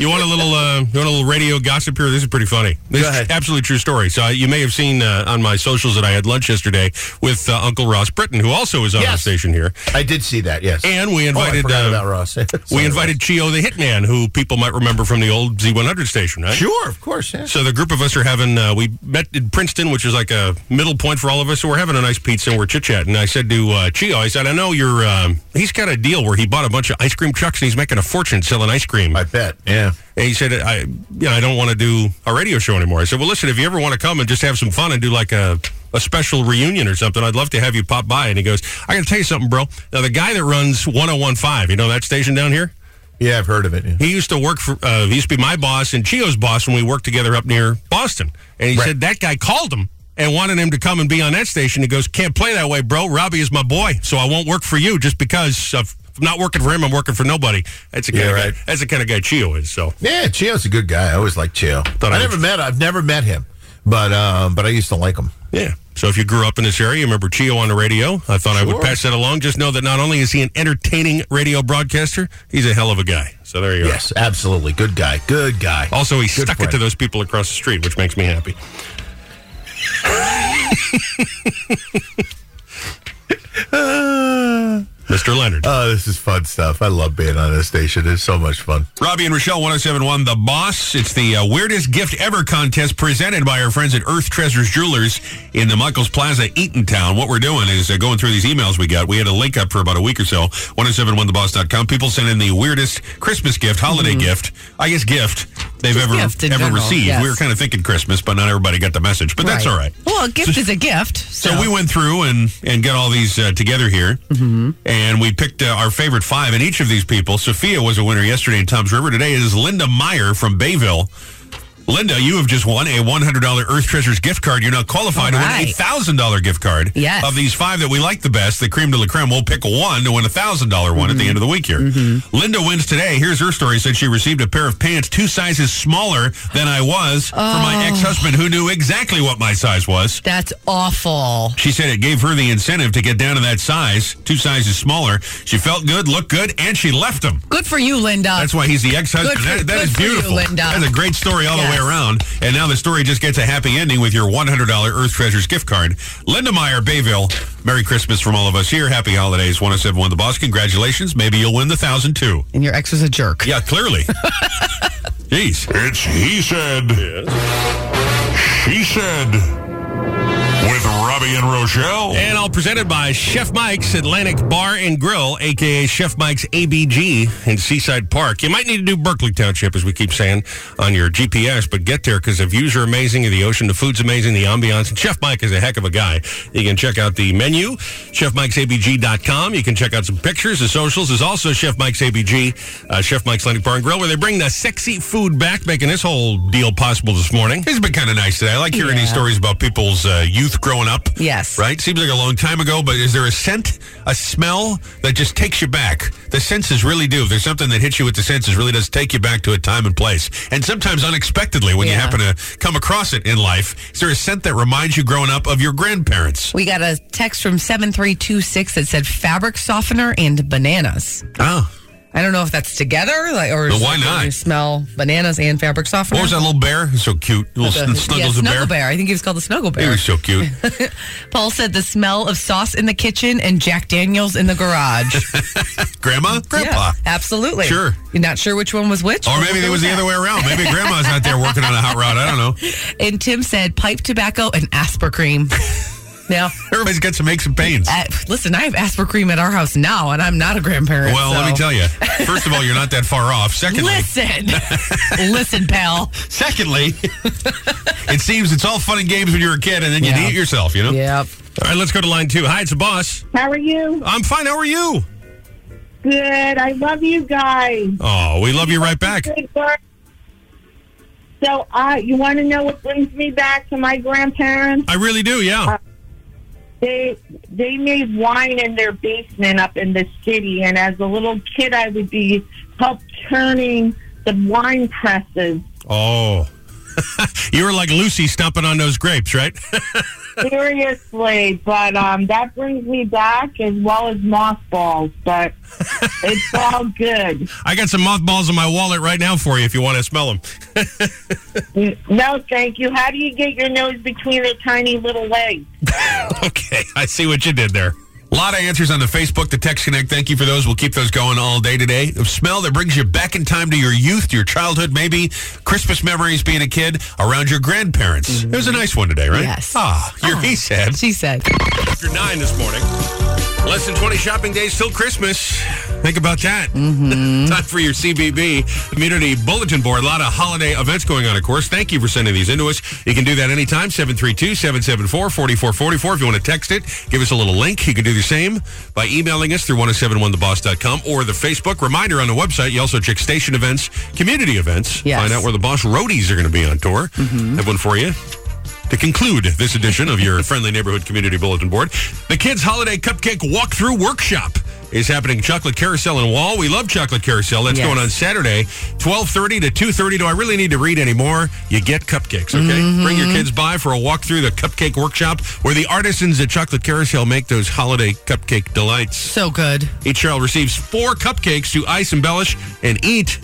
A: you want a little, uh, you want a little radio gossip here? This is pretty funny. This
G: Go ahead.
A: is absolutely true story. So uh, you may have seen uh, on my socials that I had lunch yesterday with uh, Uncle Ross Britton, who also is on the
G: Yes.
A: station here.
G: I did see that. Yes,
A: And we
G: oh, I
A: invited
G: forgot
A: uh,
G: about Ross. [laughs]
A: we invited Chio the Hitman, who people might remember from the old Z100 station, right?
G: Sure, of course. yeah.
A: So the group of us are having, uh, we met in Princeton, which is like a middle point for all of us. So we're having a nice pizza and we're chit chatting. I said to uh, Chio, I said, I know you're, um, he's got a deal where he bought a bunch of ice cream trucks and he's making a fortune selling ice cream.
G: I bet. Yeah.
A: And he said, I, you know, I don't want to do a radio show anymore. I said, well, listen, if you ever want to come and just have some fun and do like a, a special reunion or something, I'd love to have you pop by. And he goes, I got to tell you something, bro. Now, the guy that runs 1015, you know that station down here?
G: Yeah, I've heard of it. yeah.
A: He used to work for, uh, he used to be my boss and Chio's boss when we worked together up near Boston. And he
G: Right.
A: said that guy called him and wanted him to come and be on that station. He goes, Can't play that way, bro. Robbie is my boy, so I won't work for you just because of. I'm not working for him. I'm working for nobody. That's the kind,
G: Yeah,
A: of, guy,
G: right.
A: that's the kind of guy Chio is. So
G: Yeah, Chio's a good guy. I always liked Chio. I
A: I
G: never
A: would-
G: met. I've never met him, but um, but I used to like him.
A: yeah. So if you grew up in this area, you remember Chio on the radio. I thought I would
G: Sure.
A: pass that along. Just know that not only is he an entertaining radio broadcaster, he's a hell of a guy. So there you go.
G: Yes, absolutely. Good guy. Good guy.
A: Also, he
G: Good
A: stuck
G: friend.
A: it to those people across the street, which makes me happy. Mr. Leonard.
G: Oh, this is fun stuff. I love being on this station. It's so much fun.
A: Robbie and Rochelle 1071 The Boss. It's the uh, weirdest gift ever contest presented by our friends at Earth Treasures Jewelers in the Michaels Plaza, Eatontown. What we're doing is uh, going through these emails we got. We had a link up for about a week or so. 1071theboss.com. People send in the weirdest Christmas gift, holiday gift, I guess gift they've
B: Mm-hmm.
A: ever
B: Just gift in
A: ever
B: general,
A: received.
B: yes.
A: We were kind of thinking Christmas, but not everybody got the message. But that's all right.
B: Well, a gift is a gift.
A: So we went through and and got all these uh, together here,
B: Mm-hmm.
A: and we picked uh, our favorite five. And each of these people, Sophia was a winner yesterday in Tom's River. Today is Linda Meyer from Bayville. Linda, you have just won a one hundred dollar Earth Treasures gift card. You're now qualified
B: All
A: to win a
B: right.
A: thousand dollar gift card.
B: Yes.
A: Of these five that we like the best, the creme de la creme, we'll pick one to win a thousand dollar one
B: Mm-hmm.
A: at the end of the week here. Linda wins today. Here's her story. Said she received a pair of pants two sizes smaller than I was from
B: Oh.
A: my ex husband, who knew exactly what my size was.
B: That's awful.
A: She said it gave her the incentive to get down to that size, two sizes smaller. She felt good, looked good, and she left him.
B: Good for you, Linda.
A: That's why he's the ex-husband.
B: Good for-
A: that that
B: good
A: is
B: for you,
A: beautiful.
B: Linda.
A: That's a great story all
B: Yes.
A: the way around. And now the story just gets a happy ending with your $100 Earth Treasures gift card. Linda Meyer, Bayville, Merry Christmas from all of us here. Happy holidays. 1071 The Boss, congratulations. Maybe you'll win the 1000 too.
B: and your ex was a jerk.
A: Yeah,
B: [laughs]
A: clearly. Jeez.
F: It's He Said, She Said, with Robbie and Rochelle.
A: And all presented by Chef Mike's Atlantic Bar and Grill, aka Chef Mike's ABG in Seaside Park. You might need to do Berkeley Township, as we keep saying, on your GPS, but get there because the views are amazing, the ocean, the food's amazing, the ambiance, and Chef Mike is a heck of a guy. You can check out the menu, chefmikesabg.com. You can check out some pictures. The socials is also Chef Mike's ABG, uh, Chef Mike's Atlantic Bar and Grill, where they bring the sexy food back, making this whole deal possible this morning. It's been kind of nice today. I like hearing these
B: Yeah.
A: stories about people's uh, youth growing up.
B: Yes.
A: Right? Seems like a long time ago, but is there a scent, a smell that just takes you back? The senses really do. If there's something that hits you with the senses, really does take you back to a time and place. And sometimes unexpectedly when you
B: Yeah.
A: happen to come across it in life, is there a scent that reminds you growing up of your grandparents?
B: We got a text from 7326 that said fabric softener and bananas.
A: Oh.
B: I don't know if that's together like, or
A: Well,
B: is
A: why
B: it-
A: not?
B: You smell bananas and fabric softener.
A: What was that little bear? He's so cute. Little
B: The-
A: sn- snuggles
B: yeah,
A: a bear.
B: snuggle bear. I think he was called the snuggle
A: He
B: bear.
A: was so cute.
B: Paul said the smell of sauce in the kitchen and Jack Daniels in the garage.
A: Grandma? [laughs] Grandpa.
B: Yeah, absolutely.
A: Sure.
B: You're not sure which one was which?
A: Or
B: We'll
A: maybe
B: go
A: it was
B: with
A: the
B: that.
A: other way around. Maybe grandma's out there working on a hot rod. I don't know.
B: And Tim said pipe tobacco and
A: [laughs]
B: asper cream. now,
A: Everybody's got some aches and
B: [laughs]
A: pains.
B: I, listen, I have asper cream at our house now, and I'm not a grandparent.
A: Well, let me tell you. First of all, you're not that far off. Secondly,
B: Listen,
A: [laughs]
B: listen, pal.
A: secondly, [laughs] it seems it's all fun and games when you're a kid, and then you
B: Yeah.
A: need it yourself. You know.
B: Yep.
A: All right, let's go to line two. Hi, it's the boss.
J: How are you?
A: I'm fine. How are you?
J: Good. I love you guys.
A: Oh, we love you right back.
J: Good work. So, uh, you want to know what brings me back to my grandparents?
A: I really do. Yeah.
J: They they made wine in their basement up in the city, and as a little kid, I would be help turning the wine presses.
A: Oh. [laughs] You were like Lucy stomping on those grapes, right? [laughs]
J: Seriously, but um, that brings me back as well as mothballs, but it's all good. [laughs]
A: I got some mothballs in my wallet right now for you if you want to smell them.
J: No, thank you. How do you get your nose between their tiny little legs?
A: [laughs] Okay, I see what you did there. A lot of answers on the Facebook, the Text Connect. Thank you for those. We'll keep those going all day today. A smell that brings you back in time to your youth, your childhood, maybe Christmas memories being a kid around your grandparents. It was a nice one today, right?
B: Yes.
A: Ah, your he said.
B: She said,
A: After nine this morning, less than 20 shopping days till Christmas. Think about that. [laughs] Time for your CBB community bulletin board. A lot of holiday events going on, of course. Thank you for sending these into us. You can do that anytime, 732-774-4444. If you want to text it, give us a little link. You can do the same by emailing us through 1071theboss.com or the Facebook. Reminder on the website, you also check station events, community events.
B: Yes.
A: Find out where the Boss Roadies are going to be on tour. Have one for you. To conclude this edition of your friendly neighborhood community bulletin board, the Kids Holiday Cupcake Walkthrough Workshop is happening. Chocolate Carousel and Wall. We love Chocolate Carousel. That's
B: Yes.
A: going on Saturday, 12.30 to 2.30. Do I really need to read anymore? You get cupcakes, okay? Bring your kids by for a walk through the Cupcake Workshop where the artisans at Chocolate Carousel make those holiday cupcake delights.
B: so good.
A: Each child receives four cupcakes to ice, embellish, and eat.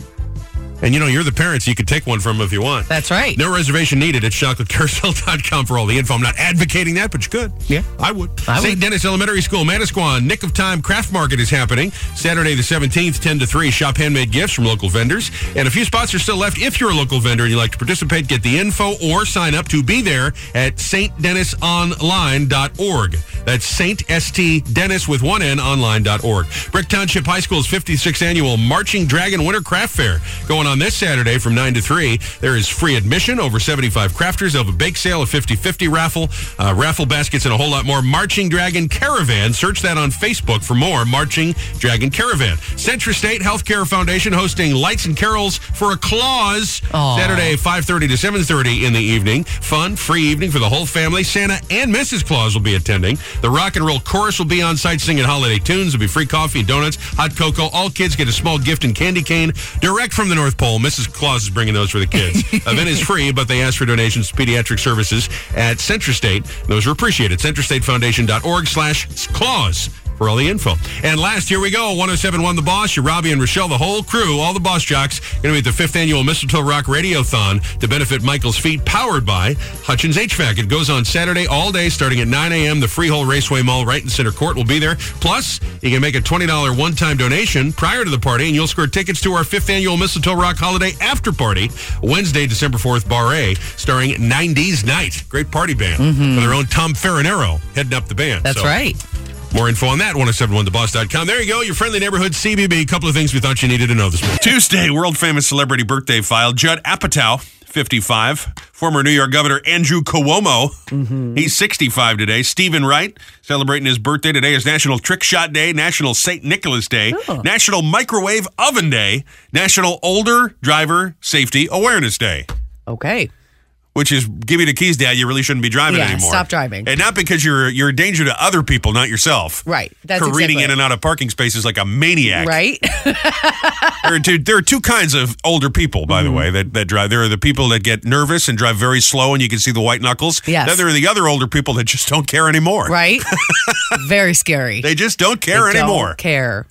A: And you know, you're the parents. You could take one from them if you want.
B: That's right.
A: No reservation needed at chocolatecarousel.com for all the info. I'm not advocating that, but you could.
B: Yeah.
A: I would.
B: I
A: St.
B: would.
A: Dennis Elementary School, Manasquan, Nick of Time Craft Market is happening Saturday the 17th, 10 to 3. Shop handmade gifts from local vendors. And a few spots are still left. If you're a local vendor and you'd like to participate, get the info or sign up to be there at stdennisonline.org. That's St. St. Dennis with one N online.org. Brick Township High School's 56th annual Marching Dragon Winter Craft Fair going on on this Saturday from 9 to 3. There is free admission, over 75 crafters. They'll have a bake sale, a 50 50 raffle, uh, raffle baskets, and a whole lot more. Marching Dragon Caravan. Search that on Facebook for more Marching Dragon Caravan. Central State Healthcare Foundation hosting Lights and Carols for a Clause Saturday, 5.30 to 7.30 in the evening. Fun, free evening for the whole family. Santa and Mrs. Claus will be attending. The Rock and Roll Chorus will be on site singing holiday tunes. There'll be free coffee, donuts, hot cocoa. All kids get a small gift and candy cane direct from the North Pole. Mrs. Claus is bringing those for the kids. Event is free, but they ask for donations to pediatric services at Centra State. Those are appreciated. CentraStateFoundation.org slash Claus for all the info. And last, here we go. 1071 The Boss, your Robbie and Rochelle, the whole crew, all the Boss Jocks, going to be at the fifth annual Mistletoe Rock Radiothon to benefit Michael's Feet, powered by Hutchins HVAC. It goes on Saturday all day, starting at 9 a.m. The Freehold Raceway Mall right in center court will be there. Plus, you can make a $20 one-time donation prior to the party, and you'll score tickets to our fifth annual Mistletoe Rock Holiday After Party, Wednesday, December 4th, Bar A, starring 90s Night. Great party band. With their own Tom Farinero heading up the band.
B: Mm-hmm. That's
A: So-
B: right.
A: more info on that, 1071theboss.com. There you go, your friendly neighborhood CBB. Couple of things we thought you needed to know this morning. Tuesday, world famous celebrity birthday file. Judd Apatow, 55. Former New York Governor Andrew Cuomo,
B: Mm-hmm.
A: he's 65 today. Stephen Wright, celebrating his birthday today is National Trick Shot Day, National St. Nicholas Day,
B: Oh.
A: National Microwave Oven Day, National Older Driver Safety Awareness Day
B: Okay.
A: which is give me the keys, Dad. You really shouldn't be driving
B: Yeah,
A: anymore.
B: stop driving.
A: and not because you're you're a danger to other people, not yourself.
B: Right. That's
A: careening
B: exactly
A: in and out of parking spaces like a maniac.
B: Right? [laughs]
A: There, are two, there are two kinds of older people, by
B: Mm-hmm.
A: the way, that, that drive. There are the people that get nervous and drive very slow, and you can see the white knuckles.
B: Yes.
A: Then there are the other older [laughs] people that just don't care anymore.
B: Right? Very scary.
A: They just don't care
B: They
A: anymore.
B: Don't care.